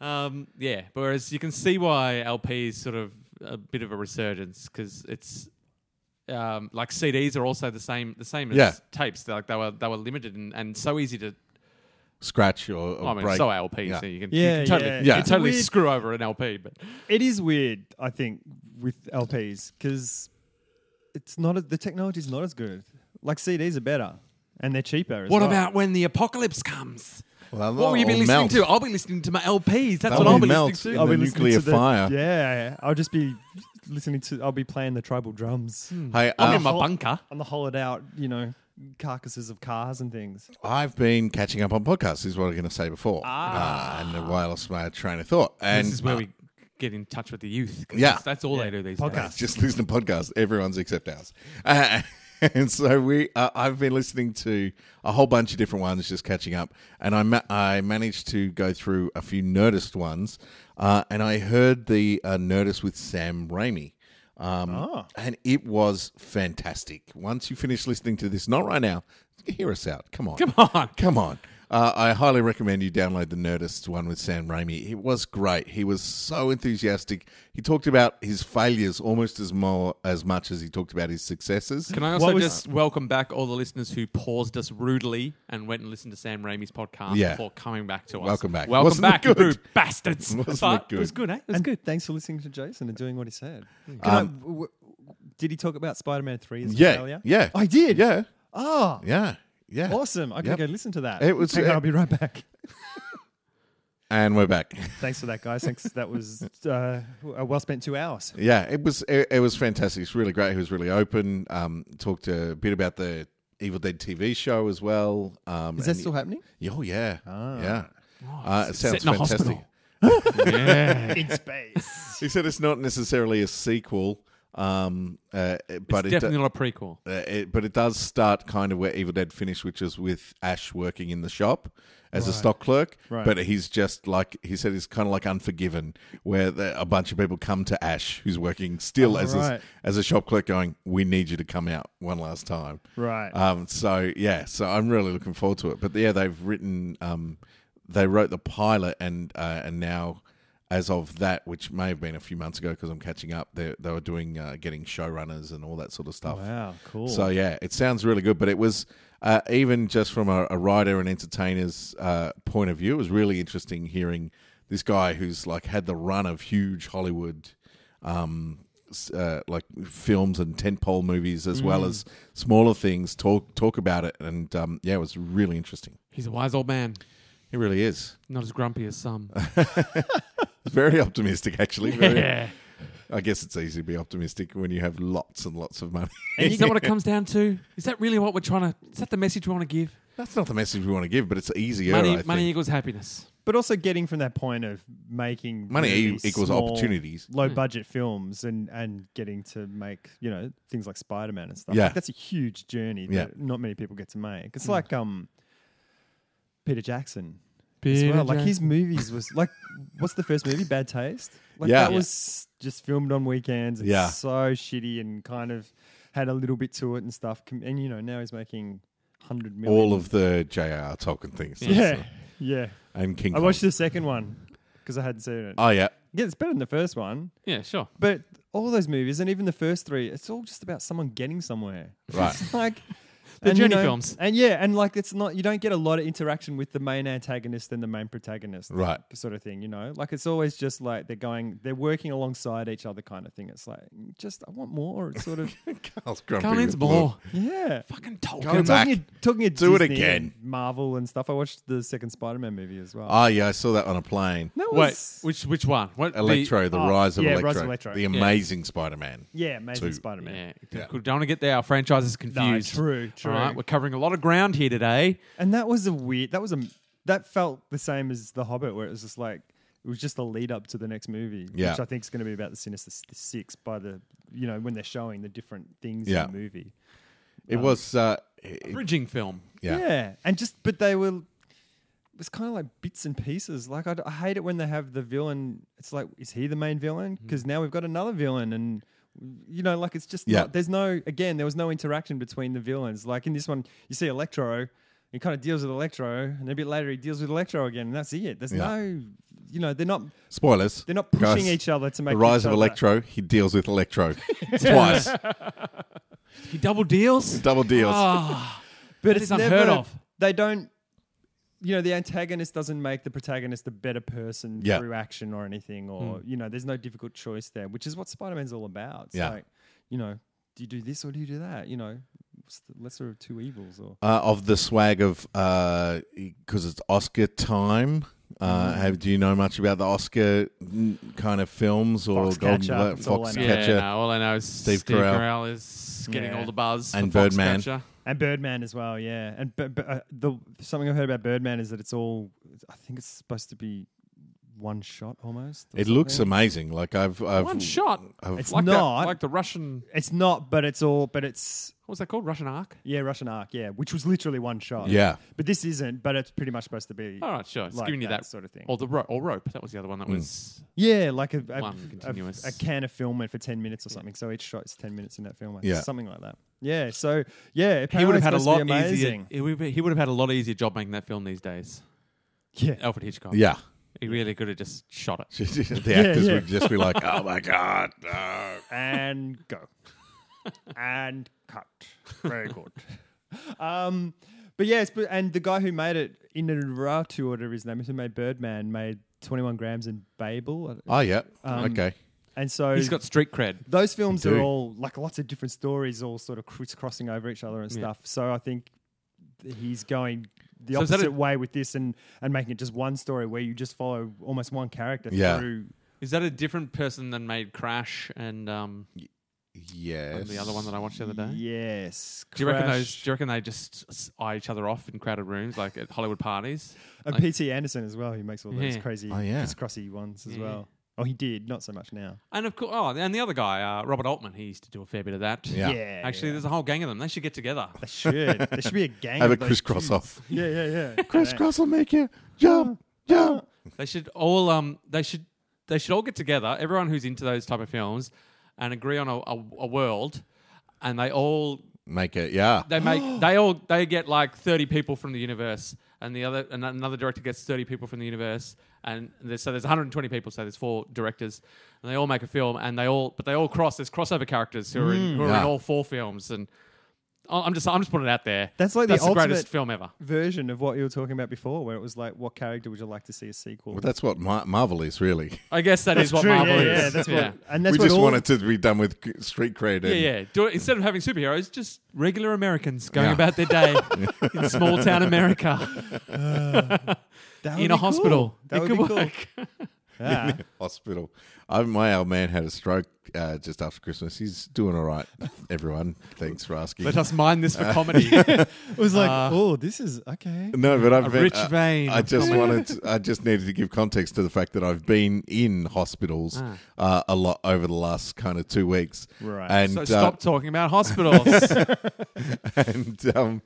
[SPEAKER 2] Um. Yeah. Whereas you can see why LP is sort of a bit of a resurgence because it's. Um, like CDs are also the same, the same as
[SPEAKER 1] Yeah.
[SPEAKER 2] tapes. They're like they were, they were limited and, and so easy to
[SPEAKER 1] Scratch or, or
[SPEAKER 2] I mean,
[SPEAKER 1] break.
[SPEAKER 2] so LP,
[SPEAKER 1] Yeah.
[SPEAKER 2] so you can, you
[SPEAKER 3] Yeah,
[SPEAKER 2] can totally,
[SPEAKER 3] yeah.
[SPEAKER 2] you can
[SPEAKER 1] Yeah.
[SPEAKER 2] totally
[SPEAKER 3] It's weird.
[SPEAKER 2] screw over an LP. But
[SPEAKER 3] It is weird, I think, with LPs because it's not a, the technology's not as good. Like CDs are better and they're cheaper. As well.
[SPEAKER 2] when the apocalypse comes?
[SPEAKER 1] Well,
[SPEAKER 2] What will you be
[SPEAKER 1] or
[SPEAKER 2] listening
[SPEAKER 1] melt.
[SPEAKER 2] to? I'll be listening to my LPs. That's
[SPEAKER 1] That
[SPEAKER 2] what I'll
[SPEAKER 1] will
[SPEAKER 2] be
[SPEAKER 1] melt.
[SPEAKER 2] listening to.
[SPEAKER 1] Yeah.
[SPEAKER 3] I'll
[SPEAKER 1] the
[SPEAKER 3] be listening
[SPEAKER 1] nuclear
[SPEAKER 3] to the,
[SPEAKER 1] fire.
[SPEAKER 3] Yeah, I'll just be listening to. I'll be playing the tribal drums
[SPEAKER 1] Hey,
[SPEAKER 2] I'm
[SPEAKER 1] uh,
[SPEAKER 2] in my bunker.
[SPEAKER 3] on the hollowed out, you know, carcasses of cars and things.
[SPEAKER 1] I've been catching up on podcasts, is what I'm going to say before. Ah. and while I lost my train of thought. And
[SPEAKER 2] this is where
[SPEAKER 1] uh,
[SPEAKER 2] we get in touch with the youth. 'cause
[SPEAKER 1] Yeah.
[SPEAKER 2] that's, that's all they do these
[SPEAKER 3] Podcast.
[SPEAKER 2] days.
[SPEAKER 1] just listen to podcasts, everyone's except ours. Uh, and so we, uh, I've been listening to a whole bunch of different ones, just catching up. And I, ma- I managed to go through a few Nerdist ones, uh, and I heard the uh, Nerdist with Sam Raimi. Um,
[SPEAKER 3] Ah.
[SPEAKER 1] And it was fantastic. Once you finish listening to this, not right now, hear us out. Come on. Come
[SPEAKER 2] on.
[SPEAKER 1] Come on. Uh, I highly recommend you download the Nerdist one with Sam Raimi. It was great. He was so enthusiastic. He talked about his failures almost as more as much as he talked about his successes.
[SPEAKER 2] Can I also
[SPEAKER 3] What was-
[SPEAKER 2] just welcome back all the listeners who paused us rudely and went and listened to Sam Raimi's podcast
[SPEAKER 1] Yeah.
[SPEAKER 2] before coming back to us?
[SPEAKER 1] Welcome back.
[SPEAKER 2] Welcome
[SPEAKER 1] Wasn't it
[SPEAKER 2] back, you
[SPEAKER 1] good?
[SPEAKER 2] rude bastards.
[SPEAKER 1] Wasn't
[SPEAKER 2] But
[SPEAKER 1] it good?
[SPEAKER 2] It was good, eh? It was
[SPEAKER 3] and
[SPEAKER 2] good.
[SPEAKER 3] Thanks for listening to Jason and doing what he said. Um, Can I, w- w- did he talk about Spider Man Three? As
[SPEAKER 1] Yeah,
[SPEAKER 3] failure?
[SPEAKER 1] yeah.
[SPEAKER 3] I did.
[SPEAKER 1] Yeah,
[SPEAKER 3] Oh,
[SPEAKER 1] yeah, yeah.
[SPEAKER 3] awesome! I can
[SPEAKER 1] Yep.
[SPEAKER 3] go listen to that.
[SPEAKER 1] It was-
[SPEAKER 3] Hang on, I'll be right back.
[SPEAKER 1] And we're back.
[SPEAKER 3] Thanks for that, guys. Thanks. That was uh, a well spent two hours.
[SPEAKER 1] Yeah, it was it, it was fantastic. It's really great. He was really open. Um, talked a bit about the Evil Dead TV show as well. Um,
[SPEAKER 3] Is that
[SPEAKER 1] and-
[SPEAKER 3] still happening?
[SPEAKER 1] Oh yeah, yeah. Uh, it
[SPEAKER 2] it's set
[SPEAKER 1] sounds
[SPEAKER 2] in a
[SPEAKER 1] fantastic.
[SPEAKER 2] hospital.
[SPEAKER 3] In space.
[SPEAKER 1] He said it's not necessarily a sequel, um, uh, but it, do-
[SPEAKER 2] Definitely not a prequel.
[SPEAKER 1] uh, it but it does start kind of where Evil Dead finished, which is with Ash working in the shop as a stock clerk.
[SPEAKER 3] Right.
[SPEAKER 1] But he's just like he said, he's kind of like Unforgiven, where the, a bunch of people come to Ash, who's working still
[SPEAKER 3] Oh,
[SPEAKER 1] as
[SPEAKER 3] right.
[SPEAKER 1] a, as a shop clerk, going, "We need you to come out one last time."
[SPEAKER 3] Right.
[SPEAKER 1] Um, so yeah, so I'm really looking forward to it. But yeah, they've written, um, they wrote the pilot, and uh, and now as of that, which may have been a few months ago because I'm catching up, they they were doing uh, getting showrunners and all that sort of stuff.
[SPEAKER 3] Wow, cool.
[SPEAKER 1] So yeah, it sounds really good. But it was uh, even just from a, a writer and entertainer's uh, point of view, it was really interesting hearing this guy who's like had the run of huge Hollywood um, s- uh, like films and tentpole movies as well as smaller things talk talk about it. And um, yeah, it was really interesting.
[SPEAKER 2] He's a wise old man,
[SPEAKER 1] It really is.
[SPEAKER 2] not as grumpy as some.
[SPEAKER 1] It's very optimistic, actually. Very,
[SPEAKER 2] yeah.
[SPEAKER 1] I guess it's easy to be optimistic when you have lots and lots of money.
[SPEAKER 2] Is that what it comes down to? Is that really what we're trying to? Is that the message we want to give?
[SPEAKER 1] That's not the message we want to give, but it's easier.
[SPEAKER 2] Money,
[SPEAKER 1] I think.
[SPEAKER 2] money equals happiness.
[SPEAKER 3] But also getting from that point of making
[SPEAKER 1] Money e-
[SPEAKER 3] really
[SPEAKER 1] equals
[SPEAKER 3] small,
[SPEAKER 1] opportunities.
[SPEAKER 3] low budget films, and and getting to make you know things like Spider Man and stuff.
[SPEAKER 1] Yeah.
[SPEAKER 3] Like, that's a huge journey
[SPEAKER 1] Yeah.
[SPEAKER 3] that not many people get to make. It's like um, Peter Jackson. as
[SPEAKER 2] Peter
[SPEAKER 3] well. Like his movies was like, what's the first movie? Bad Taste. Like
[SPEAKER 1] Yeah.
[SPEAKER 3] that was just filmed on weekends. and
[SPEAKER 1] Yeah.
[SPEAKER 3] so shitty and kind of had a little bit to it and stuff. Com- And you know now he's making hundred million.
[SPEAKER 1] All of the J.R.R. Tolkien things.
[SPEAKER 3] yeah, yeah.
[SPEAKER 1] And King
[SPEAKER 3] I
[SPEAKER 1] Kong.
[SPEAKER 3] watched the second one because I hadn't seen it.
[SPEAKER 1] Oh, yeah.
[SPEAKER 3] yeah, it's better than the first one,
[SPEAKER 2] Yeah, sure.
[SPEAKER 3] but all those movies and even the first three, it's all just about someone getting somewhere.
[SPEAKER 1] Right.
[SPEAKER 3] It's like.
[SPEAKER 2] The
[SPEAKER 3] and, you
[SPEAKER 2] journey
[SPEAKER 3] know,
[SPEAKER 2] films.
[SPEAKER 3] and yeah, and like it's not you don't get a lot of interaction with the main antagonist and the main protagonist,
[SPEAKER 1] Right.
[SPEAKER 3] sort of thing, you know? Like it's always just like they're going, they're working alongside each other kind of thing. It's like, just, I want more. It's sort of,
[SPEAKER 1] Carl's grumpy
[SPEAKER 2] Carl needs
[SPEAKER 1] with
[SPEAKER 2] more.
[SPEAKER 3] yeah.
[SPEAKER 2] Fucking
[SPEAKER 1] Go back.
[SPEAKER 2] Tolkien.
[SPEAKER 3] Talking of, talking of
[SPEAKER 1] Do it
[SPEAKER 3] Disney and
[SPEAKER 1] again.
[SPEAKER 3] Marvel and stuff. I watched the second Spider Man movie as well.
[SPEAKER 1] Oh, yeah. I saw that on a plane.
[SPEAKER 3] that
[SPEAKER 2] Uh, Wait,
[SPEAKER 3] was,
[SPEAKER 2] which which one? What the-
[SPEAKER 1] Electro, the
[SPEAKER 3] oh,
[SPEAKER 1] rise of
[SPEAKER 3] yeah, Rise
[SPEAKER 1] Electro.
[SPEAKER 3] of Electro.
[SPEAKER 1] The
[SPEAKER 3] Yeah.
[SPEAKER 1] amazing Spider Man.
[SPEAKER 3] yeah, Amazing
[SPEAKER 1] Two.
[SPEAKER 3] Spider Man.
[SPEAKER 2] yeah,
[SPEAKER 1] Yeah.
[SPEAKER 2] Cool. don't want to get there. Our franchise is confused.
[SPEAKER 3] true, true.
[SPEAKER 2] All right, we're covering a lot of ground here today.
[SPEAKER 3] And that was a weird, that was a, that felt the same as The Hobbit, where it was just like, it was just the lead up to the next movie,
[SPEAKER 1] Yeah.
[SPEAKER 3] which I think is going to be about the Sinister Six by the, you know, when they're showing the different things
[SPEAKER 1] Yeah.
[SPEAKER 3] in the movie.
[SPEAKER 1] It
[SPEAKER 3] Um,
[SPEAKER 1] was. Uh, it-
[SPEAKER 2] Bridging film.
[SPEAKER 1] yeah.
[SPEAKER 3] And just, but they were, it was kind of like bits and pieces. Like, I, d- I hate it when they have the villain. It's like, is he the main villain?
[SPEAKER 1] Mm.
[SPEAKER 3] Because now we've got another villain. And, you know, like, it's just,
[SPEAKER 1] Yeah.
[SPEAKER 3] not, there's no, again, there was no interaction between the villains. Like, in this one, you see Electro. He kind of deals with Electro, and then a bit later he deals with Electro again, and that's it. There's
[SPEAKER 1] Yeah.
[SPEAKER 3] no, you know, they're not
[SPEAKER 1] Spoilers.
[SPEAKER 3] they're not pushing
[SPEAKER 1] Guys,
[SPEAKER 3] each other to make
[SPEAKER 1] The rise
[SPEAKER 3] each
[SPEAKER 1] of
[SPEAKER 3] other-
[SPEAKER 1] Electro. He deals with Electro twice.
[SPEAKER 2] He double deals.
[SPEAKER 1] Double deals.
[SPEAKER 3] Oh,
[SPEAKER 2] Ah,
[SPEAKER 3] But
[SPEAKER 2] That
[SPEAKER 3] it's
[SPEAKER 2] is
[SPEAKER 3] never,
[SPEAKER 2] unheard of.
[SPEAKER 3] They don't. You know, the antagonist doesn't make the protagonist a better person
[SPEAKER 1] Yeah. Hmm.
[SPEAKER 3] through action or anything, or you know, there's no difficult choice there, which is what Spider-Man's all about. It's
[SPEAKER 1] Yeah.
[SPEAKER 3] like, you know, do you do this or do you do that? You know, it's the lesser of two evils, or
[SPEAKER 1] uh, of the swag of because it's Oscar time. Uh, have do you know much about the Oscar mm, kind of films or
[SPEAKER 3] Foxcatcher,
[SPEAKER 1] Golden Glo-
[SPEAKER 3] that's all I know.
[SPEAKER 2] yeah.
[SPEAKER 1] Foxcatcher?
[SPEAKER 2] no, all I know is Steve,
[SPEAKER 1] Carell.
[SPEAKER 2] Carell is getting
[SPEAKER 3] Yeah.
[SPEAKER 2] all the buzz
[SPEAKER 1] And
[SPEAKER 2] for
[SPEAKER 1] Birdman.
[SPEAKER 2] Foxcatcher.
[SPEAKER 3] and Birdman as well, yeah. And but, but, uh, the something I've heard about Birdman is that it's all, I think it's supposed to be one shot almost. or
[SPEAKER 1] It looks
[SPEAKER 3] something.
[SPEAKER 1] amazing. Like I've, I've
[SPEAKER 2] One shot.
[SPEAKER 1] I've-
[SPEAKER 3] It's
[SPEAKER 2] like
[SPEAKER 3] not.
[SPEAKER 2] that, like the Russian.
[SPEAKER 3] It's not, but it's all, but it's
[SPEAKER 2] What was that called? Russian Ark.
[SPEAKER 3] yeah, Russian Ark, yeah, which was literally one shot,
[SPEAKER 1] yeah,
[SPEAKER 3] But this isn't, but it's pretty much supposed to be.
[SPEAKER 2] All right, sure. It's
[SPEAKER 3] Like
[SPEAKER 2] giving you
[SPEAKER 3] that
[SPEAKER 2] that Mm.
[SPEAKER 3] sort of thing.
[SPEAKER 2] Or the ro- or rope. That was the other one that was.
[SPEAKER 3] Yeah, like a, a,
[SPEAKER 2] One
[SPEAKER 3] a,
[SPEAKER 2] continuous-
[SPEAKER 3] a can of film went for 10 minutes or something. So each shot is 10 minutes in that film. I think,
[SPEAKER 1] Yeah.
[SPEAKER 3] Something like that. Yeah, so yeah,
[SPEAKER 2] He would
[SPEAKER 3] apparently
[SPEAKER 2] have had a
[SPEAKER 3] it's supposed
[SPEAKER 2] lot
[SPEAKER 3] to be
[SPEAKER 2] easier.
[SPEAKER 3] amazing.
[SPEAKER 2] He would, he would have had a lot easier job making that film these days.
[SPEAKER 3] Yeah.
[SPEAKER 2] Alfred Hitchcock.
[SPEAKER 1] yeah.
[SPEAKER 2] he really could have just shot it.
[SPEAKER 1] the
[SPEAKER 3] Yeah,
[SPEAKER 1] actors
[SPEAKER 3] yeah.
[SPEAKER 1] would just be like, "Oh my god, no."
[SPEAKER 3] And go. and cut. Very good. Um, but yes, but, and the guy who made it, Inarritu, whatever his name is, who made Birdman, made 21 Grams and Babel.
[SPEAKER 1] Oh yeah,
[SPEAKER 3] Um,
[SPEAKER 1] okay.
[SPEAKER 3] And so
[SPEAKER 2] He's got street cred.
[SPEAKER 3] those films
[SPEAKER 1] do.
[SPEAKER 3] are all like lots of different stories, all sort of crisscrossing over each other and
[SPEAKER 2] Yeah.
[SPEAKER 3] stuff. So I think th- he's going the
[SPEAKER 2] So is that
[SPEAKER 3] opposite
[SPEAKER 2] a-
[SPEAKER 3] way with this and and making it just one story where you just follow almost one character
[SPEAKER 1] Yeah.
[SPEAKER 3] through.
[SPEAKER 2] Is that a different person than made Crash and um,
[SPEAKER 1] Yes.
[SPEAKER 2] the other one that I watched the other day?
[SPEAKER 3] Yes.
[SPEAKER 2] Do you reckon those?
[SPEAKER 3] Crash.
[SPEAKER 2] Do you reckon they just s- eye each other off in crowded rooms, like at Hollywood parties?
[SPEAKER 3] And
[SPEAKER 2] like-
[SPEAKER 3] P.T. Anderson as well, who makes all those
[SPEAKER 2] Yeah.
[SPEAKER 3] crazy
[SPEAKER 1] Oh, yeah.
[SPEAKER 3] crisscrossy ones as
[SPEAKER 2] Yeah.
[SPEAKER 3] well. Oh, he did. Not so much now.
[SPEAKER 2] And of course, oh, and the other guy, uh, Robert Altman, he used to do a fair bit of that.
[SPEAKER 1] Yeah.
[SPEAKER 2] Actually,
[SPEAKER 3] yeah.
[SPEAKER 2] there's a whole gang of them. They should get together.
[SPEAKER 3] they should. There should be a gang.
[SPEAKER 1] Have a
[SPEAKER 3] of those
[SPEAKER 1] crisscross
[SPEAKER 3] dudes.
[SPEAKER 1] off.
[SPEAKER 3] Yeah, yeah, yeah.
[SPEAKER 1] Crisscross will make you
[SPEAKER 3] Uh,
[SPEAKER 1] jump, jump.
[SPEAKER 2] They should all um they should they should all get together, everyone who's into those type of films, and agree on a, a, a world, and they all
[SPEAKER 1] Make it, yeah.
[SPEAKER 2] they make they all they get like thirty people from the universe, and the other and another director gets thirty people from the universe, and there's, so there's 120 people, so there's four directors, and they all make a film, and they all but they all cross. There's crossover characters who are in, who are
[SPEAKER 1] Yeah.
[SPEAKER 2] in all four films, and I- I'm just I'm just putting it out there.
[SPEAKER 3] That's like the
[SPEAKER 2] That's the, greatest
[SPEAKER 3] ultimate-
[SPEAKER 2] film ever.
[SPEAKER 3] version of what you were talking about before, where it was like, what character would you like to see a sequel?
[SPEAKER 1] Well, that's what Mar- Marvel is really.
[SPEAKER 2] I guess that is what
[SPEAKER 3] true,
[SPEAKER 2] Marvel
[SPEAKER 3] yeah,
[SPEAKER 2] is.
[SPEAKER 3] yeah, that's what-
[SPEAKER 2] yeah.
[SPEAKER 3] and that's
[SPEAKER 1] we
[SPEAKER 3] what
[SPEAKER 1] just
[SPEAKER 3] all-
[SPEAKER 1] want it to be done with c- street cred.
[SPEAKER 2] Yeah,
[SPEAKER 1] and-
[SPEAKER 2] yeah. Do it instead of having superheroes, just regular Americans going
[SPEAKER 1] Yeah.
[SPEAKER 2] about their day in small town America
[SPEAKER 3] That would
[SPEAKER 2] in
[SPEAKER 3] be
[SPEAKER 2] a
[SPEAKER 3] cool.
[SPEAKER 2] hospital.
[SPEAKER 3] That
[SPEAKER 2] it
[SPEAKER 3] would
[SPEAKER 2] could
[SPEAKER 3] be cool.
[SPEAKER 2] work.
[SPEAKER 3] Yeah.
[SPEAKER 1] Hospital. I, my old man had a stroke uh, just after Christmas. He's doing all right. Everyone, thanks for asking.
[SPEAKER 2] Let us mine this for comedy.
[SPEAKER 3] it was like,
[SPEAKER 2] Uh,
[SPEAKER 3] oh, this is okay.
[SPEAKER 1] No, but I've
[SPEAKER 2] A
[SPEAKER 1] been-
[SPEAKER 2] rich
[SPEAKER 1] I-
[SPEAKER 2] vein
[SPEAKER 1] I
[SPEAKER 2] of
[SPEAKER 1] just
[SPEAKER 2] comedy.
[SPEAKER 1] wanted. To, I just needed to give context to the fact that I've been in hospitals
[SPEAKER 2] Ah.
[SPEAKER 1] uh, a lot over the last kind of two weeks.
[SPEAKER 3] Right.
[SPEAKER 1] And
[SPEAKER 2] so
[SPEAKER 1] uh,
[SPEAKER 2] stop talking about hospitals.
[SPEAKER 1] and um,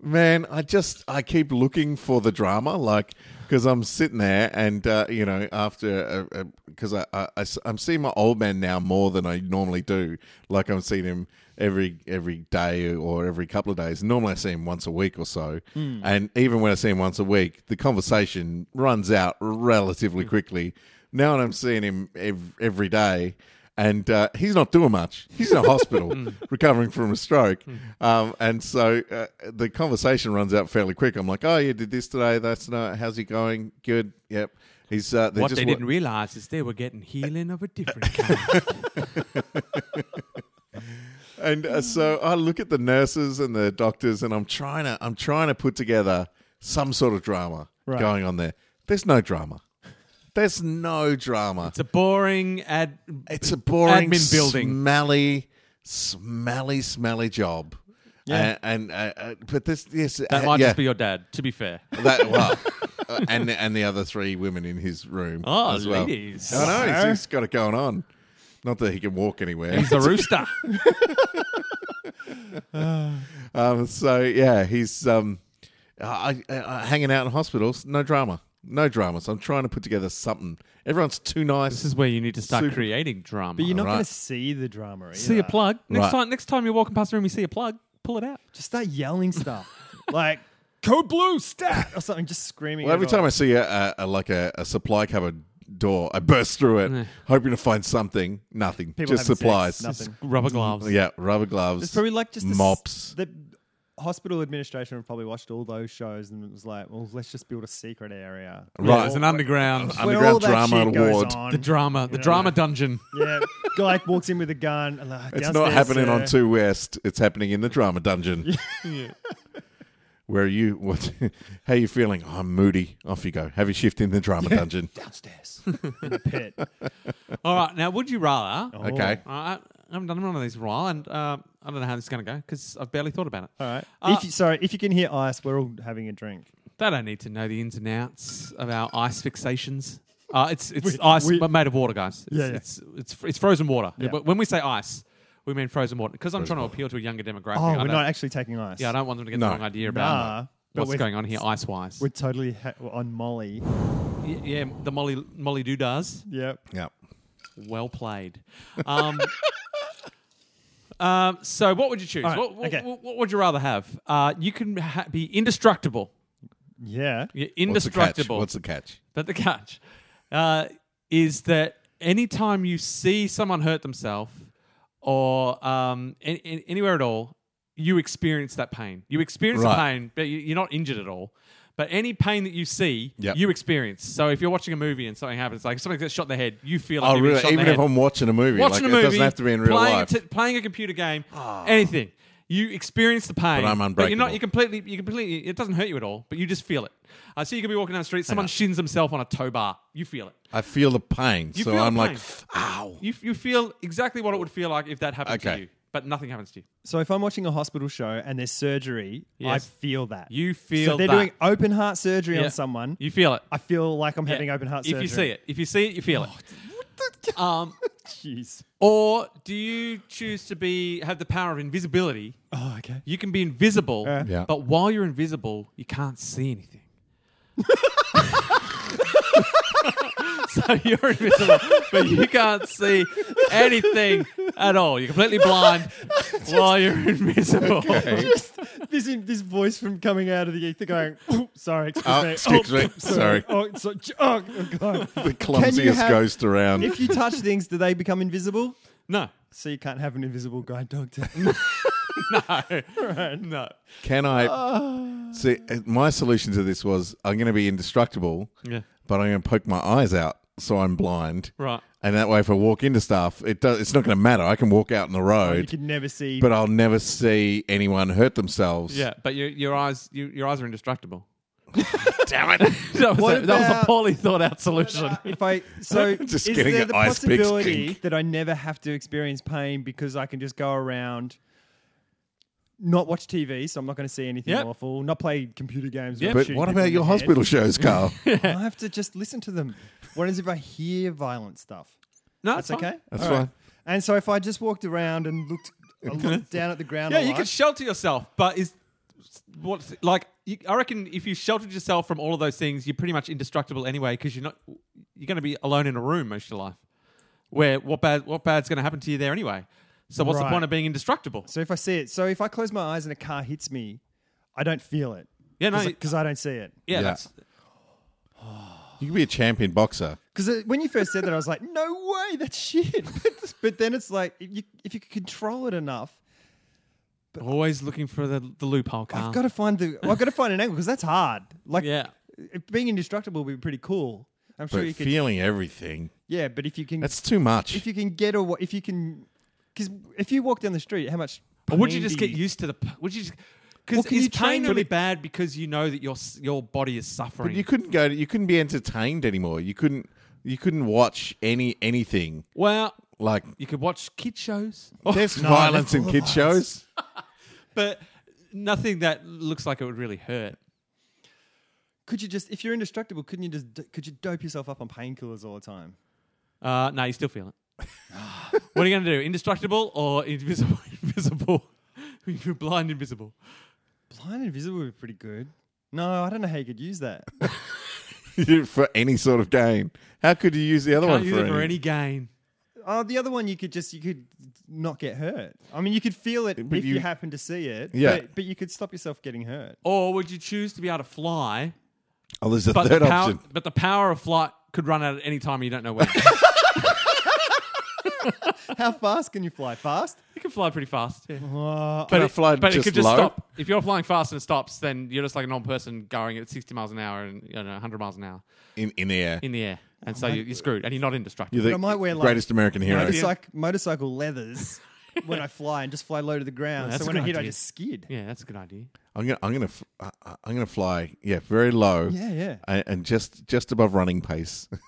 [SPEAKER 1] man, I just I keep looking for the drama, like because I'm sitting there, and uh, you know, after because I I, I am seeing my old man now more than I normally do. Like I'm seeing him every every day or every couple of days. Normally I see him once a week or so, and even when I see him once a week, the conversation runs out relatively quickly. Now that I'm seeing him ev- every day, and uh, he's not doing much. He's in a
[SPEAKER 2] Hmm.
[SPEAKER 1] hospital recovering from a stroke, um, and so uh, the conversation runs out fairly quick. I'm like, "Oh, you did this today? That's not. How's he going? Good. Yep. He's uh,
[SPEAKER 2] what
[SPEAKER 1] just
[SPEAKER 2] they
[SPEAKER 1] wa-
[SPEAKER 2] didn't realize is they were getting healing of a different kind.
[SPEAKER 1] And uh, so I look at the nurses and the doctors, and I'm trying to I'm trying to put together some sort of drama
[SPEAKER 3] Right.
[SPEAKER 1] going on there. There's no drama. There's no drama.
[SPEAKER 2] It's a boring ad.
[SPEAKER 1] It's a boring,
[SPEAKER 2] Admin building.
[SPEAKER 1] smelly, smelly, smelly job.
[SPEAKER 3] Yeah.
[SPEAKER 1] Yeah, and, uh, uh, but this this
[SPEAKER 2] That
[SPEAKER 1] uh,
[SPEAKER 2] might
[SPEAKER 1] yeah,
[SPEAKER 2] just be your dad. To be fair.
[SPEAKER 1] that well, uh, and and the other three women in his room.
[SPEAKER 2] Oh,
[SPEAKER 1] as well.
[SPEAKER 2] ladies.
[SPEAKER 1] I know he's- he's got it going on. Not that he can walk anywhere.
[SPEAKER 2] He's the rooster.
[SPEAKER 1] um, so yeah, he's um, I, I, I, hanging out in hospitals. No drama, no dramas. I'm trying to put together something. Everyone's too nice.
[SPEAKER 2] this is where you need to start
[SPEAKER 1] Super-
[SPEAKER 2] creating drama.
[SPEAKER 3] But you're not
[SPEAKER 1] Right.
[SPEAKER 3] going to see the drama. Either.
[SPEAKER 2] see a plug next
[SPEAKER 1] Right.
[SPEAKER 2] time. Next time you're walking past the room, you see a plug. Pull it out.
[SPEAKER 3] Just start yelling stuff like "Code Blue Stat" or something. Just screaming.
[SPEAKER 1] Well, every
[SPEAKER 3] it
[SPEAKER 1] time
[SPEAKER 3] all.
[SPEAKER 1] I see a, a, a like a, a supply cupboard door, I burst through it, hoping to find something. Nothing.
[SPEAKER 3] People
[SPEAKER 1] just
[SPEAKER 3] having sex,
[SPEAKER 1] supplies.
[SPEAKER 3] nothing.
[SPEAKER 2] Rubber gloves.
[SPEAKER 1] Yeah, rubber gloves.
[SPEAKER 3] It's probably like just the s-
[SPEAKER 1] mops.
[SPEAKER 3] The hospital administration have probably watched all those shows and was like, "Well, let's just build a secret area."
[SPEAKER 1] Right.
[SPEAKER 2] It's
[SPEAKER 1] It's
[SPEAKER 2] an underground.
[SPEAKER 3] Where
[SPEAKER 1] underground
[SPEAKER 3] all that
[SPEAKER 1] drama
[SPEAKER 3] shit goes
[SPEAKER 1] ward.
[SPEAKER 3] on.
[SPEAKER 2] the drama. The drama dungeon.
[SPEAKER 3] yeah, guy walks in with a gun. And like,
[SPEAKER 1] it's not
[SPEAKER 3] "Downstairs,
[SPEAKER 1] happening on
[SPEAKER 3] sir."
[SPEAKER 1] Two West. It's happening in the drama dungeon. Where are you? What? How are you feeling? "Oh, I'm moody. Off you go. Have your shift in the drama dungeon.
[SPEAKER 3] downstairs in the pit.
[SPEAKER 2] All right. Now, would you rather?
[SPEAKER 3] Oh.
[SPEAKER 1] Okay.
[SPEAKER 2] Uh, I I haven't done one of these for a while, and uh, I don't know how this is going to go because I've barely thought about it.
[SPEAKER 3] All right.
[SPEAKER 2] Uh,
[SPEAKER 3] if you, sorry, if you can hear ice, we're all having a drink.
[SPEAKER 2] They don't need to know the ins and outs of our ice fixations. Uh, it's it's ice,
[SPEAKER 3] we-
[SPEAKER 2] but made of water, guys. It's,
[SPEAKER 3] Yeah, yeah.
[SPEAKER 2] It's, it's it's frozen water.
[SPEAKER 3] Yeah.
[SPEAKER 2] But When we say ice, we mean frozen water because I'm trying to appeal to a younger demographic.
[SPEAKER 3] Oh,
[SPEAKER 2] I
[SPEAKER 3] we're
[SPEAKER 2] don't-
[SPEAKER 3] not actually taking ice.
[SPEAKER 2] yeah, I don't want them to get
[SPEAKER 1] No.
[SPEAKER 2] the wrong idea
[SPEAKER 3] Nah,
[SPEAKER 2] about
[SPEAKER 3] but
[SPEAKER 2] what's
[SPEAKER 3] we're-
[SPEAKER 2] going on here ice wise.
[SPEAKER 3] We're totally ha- on Molly.
[SPEAKER 2] Yeah, the Molly Molly Doodars.
[SPEAKER 3] Yep.
[SPEAKER 1] Yeah.
[SPEAKER 2] Well played. Um, um, so, what would you choose?
[SPEAKER 3] All right,
[SPEAKER 2] what, what,
[SPEAKER 3] okay.
[SPEAKER 2] what, what would you rather have? Uh, you can ha- be indestructible.
[SPEAKER 3] Yeah.
[SPEAKER 1] What's
[SPEAKER 2] You're
[SPEAKER 1] the catch?
[SPEAKER 2] indestructible.
[SPEAKER 1] What's the catch?
[SPEAKER 2] But the catch uh, is that anytime you see someone hurt themselves or um, an- an- anywhere at all, you experience that pain. You experience the
[SPEAKER 1] Right.
[SPEAKER 2] pain, but you- you're not injured at all. But any pain that you see,
[SPEAKER 1] Yep.
[SPEAKER 2] you experience. So if you're watching a movie and something happens, like somebody gets shot in the head, you feel like
[SPEAKER 1] Oh,
[SPEAKER 2] you've been
[SPEAKER 1] really?
[SPEAKER 2] shot in
[SPEAKER 1] Even
[SPEAKER 2] the
[SPEAKER 1] if
[SPEAKER 2] head.
[SPEAKER 1] I'm watching a movie,
[SPEAKER 2] watching
[SPEAKER 1] like,
[SPEAKER 2] a movie,
[SPEAKER 1] it doesn't have to be in real
[SPEAKER 2] playing,
[SPEAKER 1] life. Ah.
[SPEAKER 2] t- playing a computer game, anything. You experience the pain,
[SPEAKER 1] But I'm
[SPEAKER 2] you're not.
[SPEAKER 1] unbreakable.
[SPEAKER 2] You completely. You completely. It doesn't hurt you at all, but you just feel it. I see you could be walking down the street. Someone shins himself on a tow bar. You feel it.
[SPEAKER 1] I feel the pain,
[SPEAKER 2] You
[SPEAKER 1] so
[SPEAKER 2] feel the
[SPEAKER 1] I'm like,
[SPEAKER 2] pain.
[SPEAKER 1] ow.
[SPEAKER 2] You you feel exactly what it would feel like if that happened to
[SPEAKER 1] Oh. Okay.
[SPEAKER 2] you, but nothing happens to you.
[SPEAKER 3] So if I'm watching a hospital show and there's surgery, I
[SPEAKER 2] Yes.
[SPEAKER 3] feel that.
[SPEAKER 2] You
[SPEAKER 3] So
[SPEAKER 2] feel
[SPEAKER 3] they're
[SPEAKER 2] that.
[SPEAKER 3] doing open heart surgery
[SPEAKER 2] Yeah.
[SPEAKER 3] on someone.
[SPEAKER 2] You feel it.
[SPEAKER 3] I feel like I'm
[SPEAKER 2] Yeah.
[SPEAKER 3] having open heart
[SPEAKER 2] If
[SPEAKER 3] surgery.
[SPEAKER 2] you see it, if you see it, you feel
[SPEAKER 1] Oh,
[SPEAKER 2] it. Um,
[SPEAKER 3] Jeez.
[SPEAKER 2] or do you choose to be have the power of invisibility?
[SPEAKER 3] Oh, okay.
[SPEAKER 2] You can be invisible,
[SPEAKER 3] Yeah.
[SPEAKER 1] Yeah.
[SPEAKER 2] but while you're invisible, you can't see anything. so you're invisible, but you can't see anything at all. You're completely blind while you're invisible.
[SPEAKER 3] Just this this voice from coming out of the ether going, "Oh, sorry, excuse
[SPEAKER 1] Oh,
[SPEAKER 3] me.
[SPEAKER 1] excuse
[SPEAKER 3] oh,
[SPEAKER 1] me. Sorry.
[SPEAKER 3] Oh, so, oh, God.
[SPEAKER 1] The clumsiest
[SPEAKER 3] have-
[SPEAKER 1] ghost around.
[SPEAKER 3] if you touch things, do they become invisible?
[SPEAKER 2] No.
[SPEAKER 3] So you can't have an invisible guide dog. To-
[SPEAKER 2] no, no.
[SPEAKER 1] Can I?
[SPEAKER 3] Ah.
[SPEAKER 1] See, uh, my solution to this was I'm going to be indestructible,
[SPEAKER 2] Yeah.
[SPEAKER 1] but I'm going to poke my eyes out so I'm blind.
[SPEAKER 2] Right.
[SPEAKER 1] And that way, if I walk into stuff, it does, it's not going to matter. I can walk out on the
[SPEAKER 3] You
[SPEAKER 1] road,
[SPEAKER 3] could never see.
[SPEAKER 1] but I'll never see anyone hurt themselves.
[SPEAKER 2] Yeah, but your your eyes you, your eyes are indestructible.
[SPEAKER 1] Damn it.
[SPEAKER 2] That was,
[SPEAKER 3] What
[SPEAKER 2] a, that was
[SPEAKER 3] about-
[SPEAKER 2] a poorly thought out solution.
[SPEAKER 3] if I so
[SPEAKER 1] Just
[SPEAKER 3] is
[SPEAKER 1] getting
[SPEAKER 3] there
[SPEAKER 1] an
[SPEAKER 3] the
[SPEAKER 1] ice pick
[SPEAKER 3] possibility
[SPEAKER 1] stink.
[SPEAKER 3] that I never have to experience pain because I can just go around, not watch TV, so I'm not going to see anything
[SPEAKER 2] Yep.
[SPEAKER 3] awful, not play computer games.
[SPEAKER 2] Yep.
[SPEAKER 3] not
[SPEAKER 1] But
[SPEAKER 3] shoot
[SPEAKER 1] what
[SPEAKER 3] people
[SPEAKER 1] about
[SPEAKER 3] in
[SPEAKER 1] your
[SPEAKER 3] the head.
[SPEAKER 1] hospital shows, Carl?
[SPEAKER 3] I have to just listen to them. Whereas if I hear violent stuff,
[SPEAKER 2] No, it's
[SPEAKER 3] that's
[SPEAKER 2] fine.
[SPEAKER 3] okay.
[SPEAKER 1] That's
[SPEAKER 3] All right.
[SPEAKER 1] fine.
[SPEAKER 3] And so if I just walked around and looked, I looked down at the ground,
[SPEAKER 2] Yeah,
[SPEAKER 3] a
[SPEAKER 2] you
[SPEAKER 3] lot,
[SPEAKER 2] can shelter yourself, but is what like you, I reckon if you sheltered yourself from all of those things, you're pretty much indestructible anyway because you're not you're going to be alone in a room most of your life. Where what bad what bad's going to happen to you there anyway? So what's
[SPEAKER 3] Right.
[SPEAKER 2] the point of being indestructible?
[SPEAKER 3] so if I see it, so if I close my eyes and a car hits me, I don't feel it.
[SPEAKER 2] Yeah, no,
[SPEAKER 3] because I don't see it.
[SPEAKER 2] yeah,
[SPEAKER 1] Yeah.
[SPEAKER 2] that's
[SPEAKER 1] You could be a champion boxer.
[SPEAKER 3] Because when you first said that, I was like, no way, that's shit. But, but then it's like, if you, if you could control it enough,
[SPEAKER 2] always looking for the the loophole. Carl.
[SPEAKER 3] I've got to find the, well, I've got to find an angle because that's hard. Like,
[SPEAKER 2] Ah. yeah.
[SPEAKER 3] it- being indestructible would be pretty cool. I'm sure
[SPEAKER 1] But
[SPEAKER 3] you could.
[SPEAKER 1] feeling everything,
[SPEAKER 3] yeah, but if you can,
[SPEAKER 1] that's too much.
[SPEAKER 3] if you can get away, if you can, because if you walk down the street, how much?
[SPEAKER 2] Or would you
[SPEAKER 3] pain
[SPEAKER 2] just
[SPEAKER 3] do
[SPEAKER 2] get used to the? p- Would you just?
[SPEAKER 3] Well,
[SPEAKER 2] Because
[SPEAKER 3] can
[SPEAKER 2] is
[SPEAKER 3] you train
[SPEAKER 2] pain
[SPEAKER 3] to
[SPEAKER 2] really
[SPEAKER 3] be-
[SPEAKER 2] bad because you know that your s- your body is suffering?
[SPEAKER 1] you couldn't go. To, you couldn't be entertained anymore. You couldn't. You couldn't watch any anything
[SPEAKER 2] well,
[SPEAKER 1] like
[SPEAKER 2] you could watch kid shows,
[SPEAKER 1] there's
[SPEAKER 3] Oh, no,
[SPEAKER 1] violence
[SPEAKER 3] they're
[SPEAKER 1] in
[SPEAKER 3] full
[SPEAKER 1] kid
[SPEAKER 3] of
[SPEAKER 1] shows.
[SPEAKER 2] but nothing that looks like it would really hurt.
[SPEAKER 3] Could you just, if you're indestructible, couldn't you just, d- could you dope yourself up on painkillers all the time?
[SPEAKER 2] Uh, no, you still feel it. what are you going to do? Indestructible or invisible? invisible. You're blind, invisible.
[SPEAKER 3] Blind invisible would be pretty good. No, I don't know how you could use that.
[SPEAKER 1] for any sort of gain. How could you use the other
[SPEAKER 2] Can't
[SPEAKER 1] one
[SPEAKER 2] use
[SPEAKER 1] for,
[SPEAKER 2] it for
[SPEAKER 1] any?
[SPEAKER 2] any gain.
[SPEAKER 3] Oh, the other one you could just you could not get hurt. I mean, you could feel it
[SPEAKER 1] But
[SPEAKER 3] if you,
[SPEAKER 1] you-
[SPEAKER 3] happen to see it.
[SPEAKER 1] Yeah.
[SPEAKER 3] but, but you could stop yourself getting hurt.
[SPEAKER 2] Or would you choose to be able to fly?
[SPEAKER 1] Oh, there's a
[SPEAKER 2] But
[SPEAKER 1] third
[SPEAKER 2] the power,
[SPEAKER 1] option.
[SPEAKER 2] but the power of flight could run out at any time. and You don't know when.
[SPEAKER 3] How fast can you fly? Fast?
[SPEAKER 2] you can fly pretty fast. Yeah. Oh,
[SPEAKER 3] Uh,
[SPEAKER 1] Can I fly
[SPEAKER 2] but
[SPEAKER 1] just
[SPEAKER 2] it could just
[SPEAKER 1] low?
[SPEAKER 2] stop. If you're flying fast and it stops, then you're just like a normal person going at 60 miles an hour and you know, 100 miles an hour
[SPEAKER 1] in in the air.
[SPEAKER 2] in the air. And so you, you're screwed and you're not indestructible.
[SPEAKER 1] You're the
[SPEAKER 3] I might wear, like,
[SPEAKER 1] greatest American hero.
[SPEAKER 3] motorcycle, motorcycle leathers when I fly and just fly low to the ground.
[SPEAKER 2] that's a
[SPEAKER 3] so when I
[SPEAKER 2] good
[SPEAKER 3] hit, I
[SPEAKER 2] idea.
[SPEAKER 3] just skid.
[SPEAKER 2] yeah, that's a good idea.
[SPEAKER 1] I'm gonna I'm gonna f- I- I- I'm gonna fly. Yeah, very low.
[SPEAKER 3] Yeah, yeah.
[SPEAKER 1] And, and just just above running pace.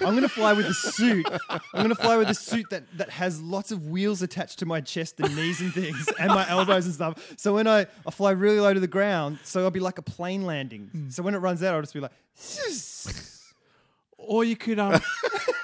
[SPEAKER 3] I'm gonna fly with a suit. I'm gonna fly with a suit that that has lots of wheels attached to my chest and knees and things and my elbows and stuff. So when I I fly really low to the ground, so I'll be like a plane landing. So when it runs out, I'll just be like.
[SPEAKER 2] Or you could. Um,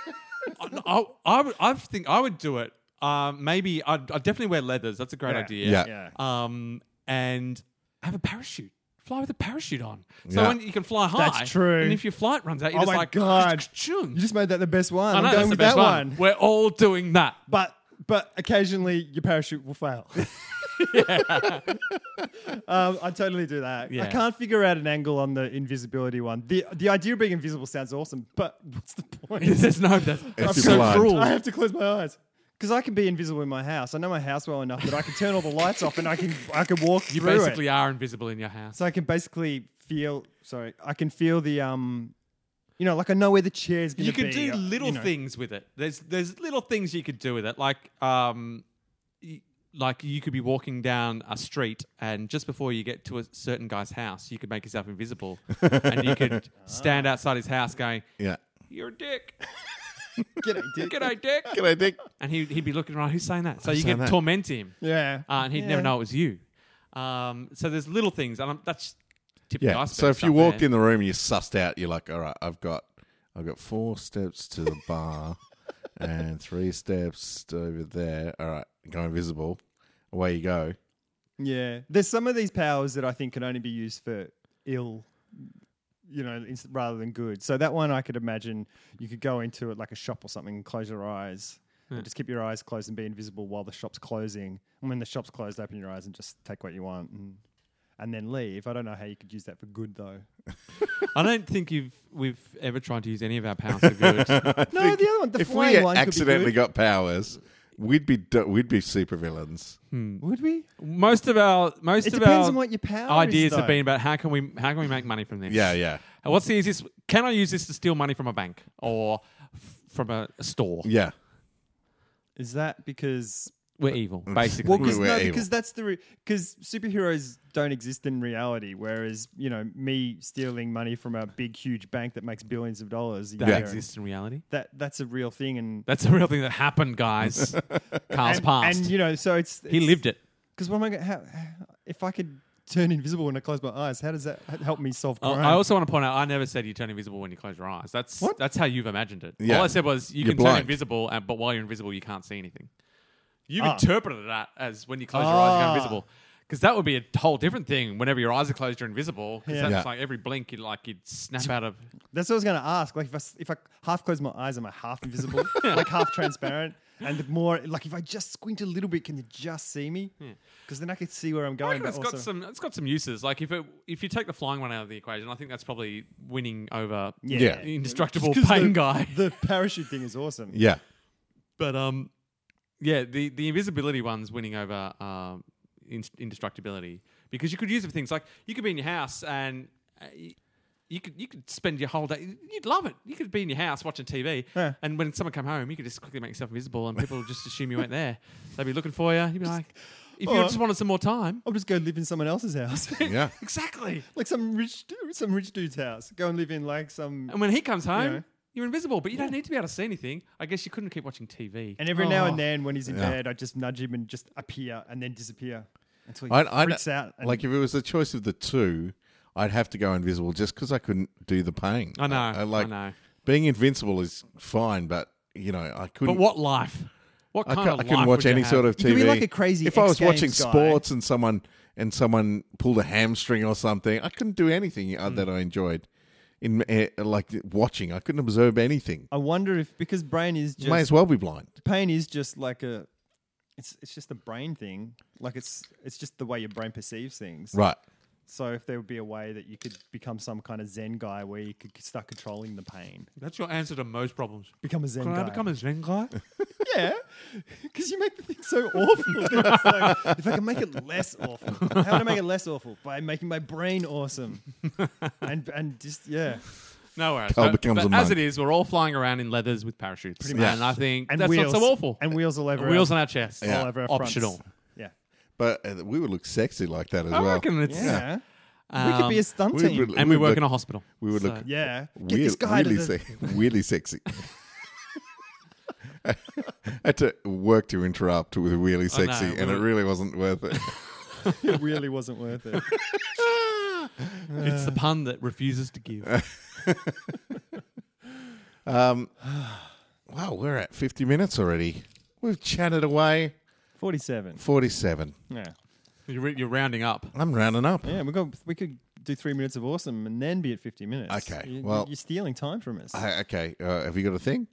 [SPEAKER 2] I, I, I, would, I think I would do it. Um, maybe I'd, I'd definitely wear leathers. That's a great
[SPEAKER 3] Yeah.
[SPEAKER 2] idea.
[SPEAKER 1] Yeah.
[SPEAKER 3] Yeah.
[SPEAKER 2] Um, and have a parachute. Fly with a parachute on, so
[SPEAKER 1] Yeah.
[SPEAKER 2] when you can fly high.
[SPEAKER 3] That's true.
[SPEAKER 2] And if your flight runs out, you're
[SPEAKER 3] Oh
[SPEAKER 2] just
[SPEAKER 3] my
[SPEAKER 2] like,
[SPEAKER 3] God.
[SPEAKER 2] "Chung."
[SPEAKER 3] You just made that the best one.
[SPEAKER 2] I know
[SPEAKER 3] I'm going
[SPEAKER 2] that's the
[SPEAKER 3] with
[SPEAKER 2] best
[SPEAKER 3] that
[SPEAKER 2] one.
[SPEAKER 3] one.
[SPEAKER 2] We're all doing that.
[SPEAKER 3] But but occasionally your parachute will fail. um, I totally do that. I
[SPEAKER 2] Yeah.
[SPEAKER 3] can't figure out an angle on the invisibility one. The the idea of being invisible sounds awesome, but what's the point?
[SPEAKER 2] There's no. That's, that's
[SPEAKER 1] too
[SPEAKER 2] so
[SPEAKER 1] blind.
[SPEAKER 2] cruel.
[SPEAKER 3] I have to close my eyes. Because I can be invisible in my house. I know my house well enough that I can turn all the lights off and I can I can walk
[SPEAKER 2] You
[SPEAKER 3] through
[SPEAKER 2] basically
[SPEAKER 3] it.
[SPEAKER 2] are invisible in your house.
[SPEAKER 3] So I can basically feel sorry, I can feel the um you know, like I know where the chair's gonna
[SPEAKER 2] you
[SPEAKER 3] be.
[SPEAKER 2] could do
[SPEAKER 3] uh,
[SPEAKER 2] little
[SPEAKER 3] you know.
[SPEAKER 2] things with it. There's there's little things you could do with it, like um, y- like you could be walking down a street, and just before you get to a certain guy's house, you could make yourself invisible, and you could stand outside his house going,
[SPEAKER 1] yeah.
[SPEAKER 2] "You're a dick,
[SPEAKER 3] G'day, dick.
[SPEAKER 2] good dick,"
[SPEAKER 1] Can I think?
[SPEAKER 2] and he he'd be looking around, "Who's saying that?" So you
[SPEAKER 1] saying
[SPEAKER 2] could
[SPEAKER 1] that?
[SPEAKER 2] torment him,
[SPEAKER 3] Yeah.
[SPEAKER 2] uh, and he'd never
[SPEAKER 3] Yeah.
[SPEAKER 2] know it was you. Um, so there's little things, and I'm, that's tip of the
[SPEAKER 1] Yeah.
[SPEAKER 2] iceberg
[SPEAKER 1] So if you
[SPEAKER 2] stuff
[SPEAKER 1] walked
[SPEAKER 2] there.
[SPEAKER 1] in the room and you sussed out, you're like, all right, I've got I've got four steps to the bar and three steps to over there. All right, go invisible. Away you go.
[SPEAKER 3] Yeah, there's some of these powers that I think can only be used for ill, you know, ins- rather than good. So that one I could imagine you could go into it like a shop or something and close your eyes.
[SPEAKER 2] Hmm.
[SPEAKER 3] And just keep your eyes closed and be invisible while the shop's closing. And when the shop's closed, open your eyes and just take what you want and, and then leave. I don't know how you could use that for good though.
[SPEAKER 2] I don't think you've we've ever tried to use any of our powers for good.
[SPEAKER 3] No, the other one, the
[SPEAKER 1] if
[SPEAKER 3] flying
[SPEAKER 1] we
[SPEAKER 3] one,
[SPEAKER 1] accidentally
[SPEAKER 3] could be
[SPEAKER 1] got powers, We'd be du- we'd be supervillains.
[SPEAKER 3] Would we?
[SPEAKER 2] Most of our most
[SPEAKER 3] It
[SPEAKER 2] of
[SPEAKER 3] depends
[SPEAKER 2] our
[SPEAKER 3] on what your power is,
[SPEAKER 2] ideas have
[SPEAKER 3] though.
[SPEAKER 2] been about how can we how can we make money from this?
[SPEAKER 1] Yeah, yeah,
[SPEAKER 2] And what's the easiest? Can I use this to steal money from a bank or f- from a, a store?
[SPEAKER 1] yeah.
[SPEAKER 3] Is that because?
[SPEAKER 2] We're evil, basically.
[SPEAKER 3] Well,
[SPEAKER 1] We
[SPEAKER 3] because
[SPEAKER 1] were
[SPEAKER 3] no,
[SPEAKER 1] evil.
[SPEAKER 3] because that's the because superheroes don't exist in reality. Whereas you know, me stealing money from a big, huge bank that makes billions of dollars a
[SPEAKER 2] that
[SPEAKER 3] year,
[SPEAKER 2] exists in reality.
[SPEAKER 3] That that's a real thing, and
[SPEAKER 2] That's a real thing that happened, guys. Carl's
[SPEAKER 3] and,
[SPEAKER 2] past.
[SPEAKER 3] and you know, so it's,
[SPEAKER 2] he lived it.
[SPEAKER 3] Because what am I going? How, how- if I could turn invisible when I close my eyes, how does that h- help me solve
[SPEAKER 2] Oh, I-
[SPEAKER 3] crime?
[SPEAKER 2] I also want to point out I never said you turn invisible when you close your eyes. That's
[SPEAKER 3] What?
[SPEAKER 2] that's how you've imagined it.
[SPEAKER 1] Yeah.
[SPEAKER 2] All I said was you
[SPEAKER 1] You're
[SPEAKER 2] can turn
[SPEAKER 1] blind.
[SPEAKER 2] invisible, and, but while you're invisible, you can't see anything. You've
[SPEAKER 3] Ah.
[SPEAKER 2] interpreted that as when you close your eyes, you're
[SPEAKER 3] Ah.
[SPEAKER 2] invisible. Because that would be a whole different thing. Whenever your eyes are closed, you're invisible. Because
[SPEAKER 3] Yeah.
[SPEAKER 2] that's
[SPEAKER 1] Yeah.
[SPEAKER 2] like every blink, you'd like you'd snap out of.
[SPEAKER 3] That's what I was going to ask. Like, if I, s- if I half close my eyes, am I half invisible? like, half transparent? And the more, like, if I just squint a little bit, can you just see me? Because then I could see where I'm
[SPEAKER 2] Hmm. I
[SPEAKER 3] going.
[SPEAKER 2] reckon
[SPEAKER 3] But
[SPEAKER 2] it's
[SPEAKER 3] also,
[SPEAKER 2] got some. It's got some uses. Like if it, if you take the flying one out of the equation, I think that's probably winning over
[SPEAKER 1] Yeah.
[SPEAKER 2] the indestructible
[SPEAKER 3] 'Cause
[SPEAKER 2] pain
[SPEAKER 3] the,
[SPEAKER 2] guy.
[SPEAKER 3] The parachute thing is awesome.
[SPEAKER 1] Yeah.
[SPEAKER 2] But um, yeah, the the invisibility one's winning over um in, indestructibility because you could use it for things like you could be in your house and uh, you, you could you could spend your whole day. You'd love it. You could be in your house watching TV,
[SPEAKER 3] Yeah.
[SPEAKER 2] and when someone come home, you could just quickly make yourself invisible, and people would just assume you weren't there. They'd be looking for you. You'd be like, if you
[SPEAKER 3] Or-
[SPEAKER 2] just wanted some more time,
[SPEAKER 3] I'll just go live in someone else's house.
[SPEAKER 1] Yeah.
[SPEAKER 2] exactly.
[SPEAKER 3] like some rich, du- some rich dude's house. Go and live in like some.
[SPEAKER 2] And when he comes home.
[SPEAKER 3] Yeah.
[SPEAKER 2] You're invisible, but you don't need to be able to see anything. I guess you couldn't keep watching TV.
[SPEAKER 3] And every now
[SPEAKER 2] Oh.
[SPEAKER 3] and then, when he's in
[SPEAKER 1] Yeah.
[SPEAKER 3] bed, I just nudge him and just appear and then disappear until he
[SPEAKER 1] I'd, I'd,
[SPEAKER 3] freaks out. And
[SPEAKER 1] Like if it was a choice of the two, I'd have to go invisible just because I couldn't do the pain. Uh,
[SPEAKER 2] I know, I
[SPEAKER 1] like
[SPEAKER 2] know.
[SPEAKER 1] being invincible is fine, but you know I couldn't.
[SPEAKER 2] But what life? What
[SPEAKER 1] I,
[SPEAKER 2] kind
[SPEAKER 1] cou-
[SPEAKER 2] of
[SPEAKER 1] I
[SPEAKER 2] life
[SPEAKER 1] couldn't watch
[SPEAKER 2] would you
[SPEAKER 1] any
[SPEAKER 2] have?
[SPEAKER 1] sort of TV.
[SPEAKER 3] You could be like a crazy
[SPEAKER 1] If I was
[SPEAKER 3] X Games
[SPEAKER 1] watching
[SPEAKER 3] guy.
[SPEAKER 1] sports and someone and someone pulled a hamstring or something, I couldn't do anything
[SPEAKER 3] Hmm.
[SPEAKER 1] uh, that I enjoyed. In uh, like watching, I couldn't observe anything.
[SPEAKER 3] I wonder if because brain is just
[SPEAKER 1] May as well be blind.
[SPEAKER 3] pain is just like a it's it's just a brain thing. Like it's it's just the way your brain perceives things.
[SPEAKER 1] Right.
[SPEAKER 3] So if there would be a way that you could become some kind of Zen guy where you could start controlling the pain,
[SPEAKER 2] That's your answer to most problems.
[SPEAKER 3] become a Zen
[SPEAKER 2] Can
[SPEAKER 3] guy.
[SPEAKER 2] I become a Zen guy?
[SPEAKER 3] yeah, because you make the thing so awful. It's like, if I can make it less awful, how would I make it less awful? By making my brain awesome, and and just yeah,
[SPEAKER 2] no worries.
[SPEAKER 1] Carl
[SPEAKER 2] But-
[SPEAKER 1] becomes
[SPEAKER 2] but
[SPEAKER 1] a monk.
[SPEAKER 2] as it is, we're all flying around in leathers with parachutes.
[SPEAKER 3] Pretty much.
[SPEAKER 2] And I think
[SPEAKER 3] and
[SPEAKER 2] that's
[SPEAKER 3] wheels
[SPEAKER 2] not so awful.
[SPEAKER 3] and wheels all over
[SPEAKER 2] wheels
[SPEAKER 3] our,
[SPEAKER 2] on our chests.
[SPEAKER 3] all over our fronts.
[SPEAKER 2] Optional.
[SPEAKER 3] Yeah,
[SPEAKER 1] But uh, we would look sexy like that as
[SPEAKER 2] I
[SPEAKER 1] well.
[SPEAKER 2] reckon it's.
[SPEAKER 3] yeah. we could be a
[SPEAKER 2] um,
[SPEAKER 3] stunt
[SPEAKER 1] we
[SPEAKER 3] team.
[SPEAKER 1] would-
[SPEAKER 2] and we work
[SPEAKER 1] look-
[SPEAKER 2] in a hospital.
[SPEAKER 1] we would look-
[SPEAKER 2] So-
[SPEAKER 3] Yeah. Get
[SPEAKER 1] Weird-
[SPEAKER 3] this guy to
[SPEAKER 1] weirdly,
[SPEAKER 3] the-
[SPEAKER 1] se- weirdly sexy. I had to work to interrupt with really
[SPEAKER 2] I know,
[SPEAKER 1] sexy,
[SPEAKER 2] we
[SPEAKER 1] and it
[SPEAKER 2] were-
[SPEAKER 1] really wasn't worth it.
[SPEAKER 3] it really wasn't worth it.
[SPEAKER 2] It's the pun that refuses to give.
[SPEAKER 1] Uh. Um, wow, we're at 50 minutes already. We've chatted away
[SPEAKER 3] 47.
[SPEAKER 1] 47.
[SPEAKER 3] Yeah.
[SPEAKER 2] you're, re- you're rounding up.
[SPEAKER 1] I'm rounding up.
[SPEAKER 3] Yeah, we got we could do 3 minutes of awesome and then be at 50 minutes.
[SPEAKER 1] Okay,
[SPEAKER 3] You,
[SPEAKER 1] well-
[SPEAKER 3] you're stealing time from us. I,
[SPEAKER 1] I, okay, uh, have you got a thing?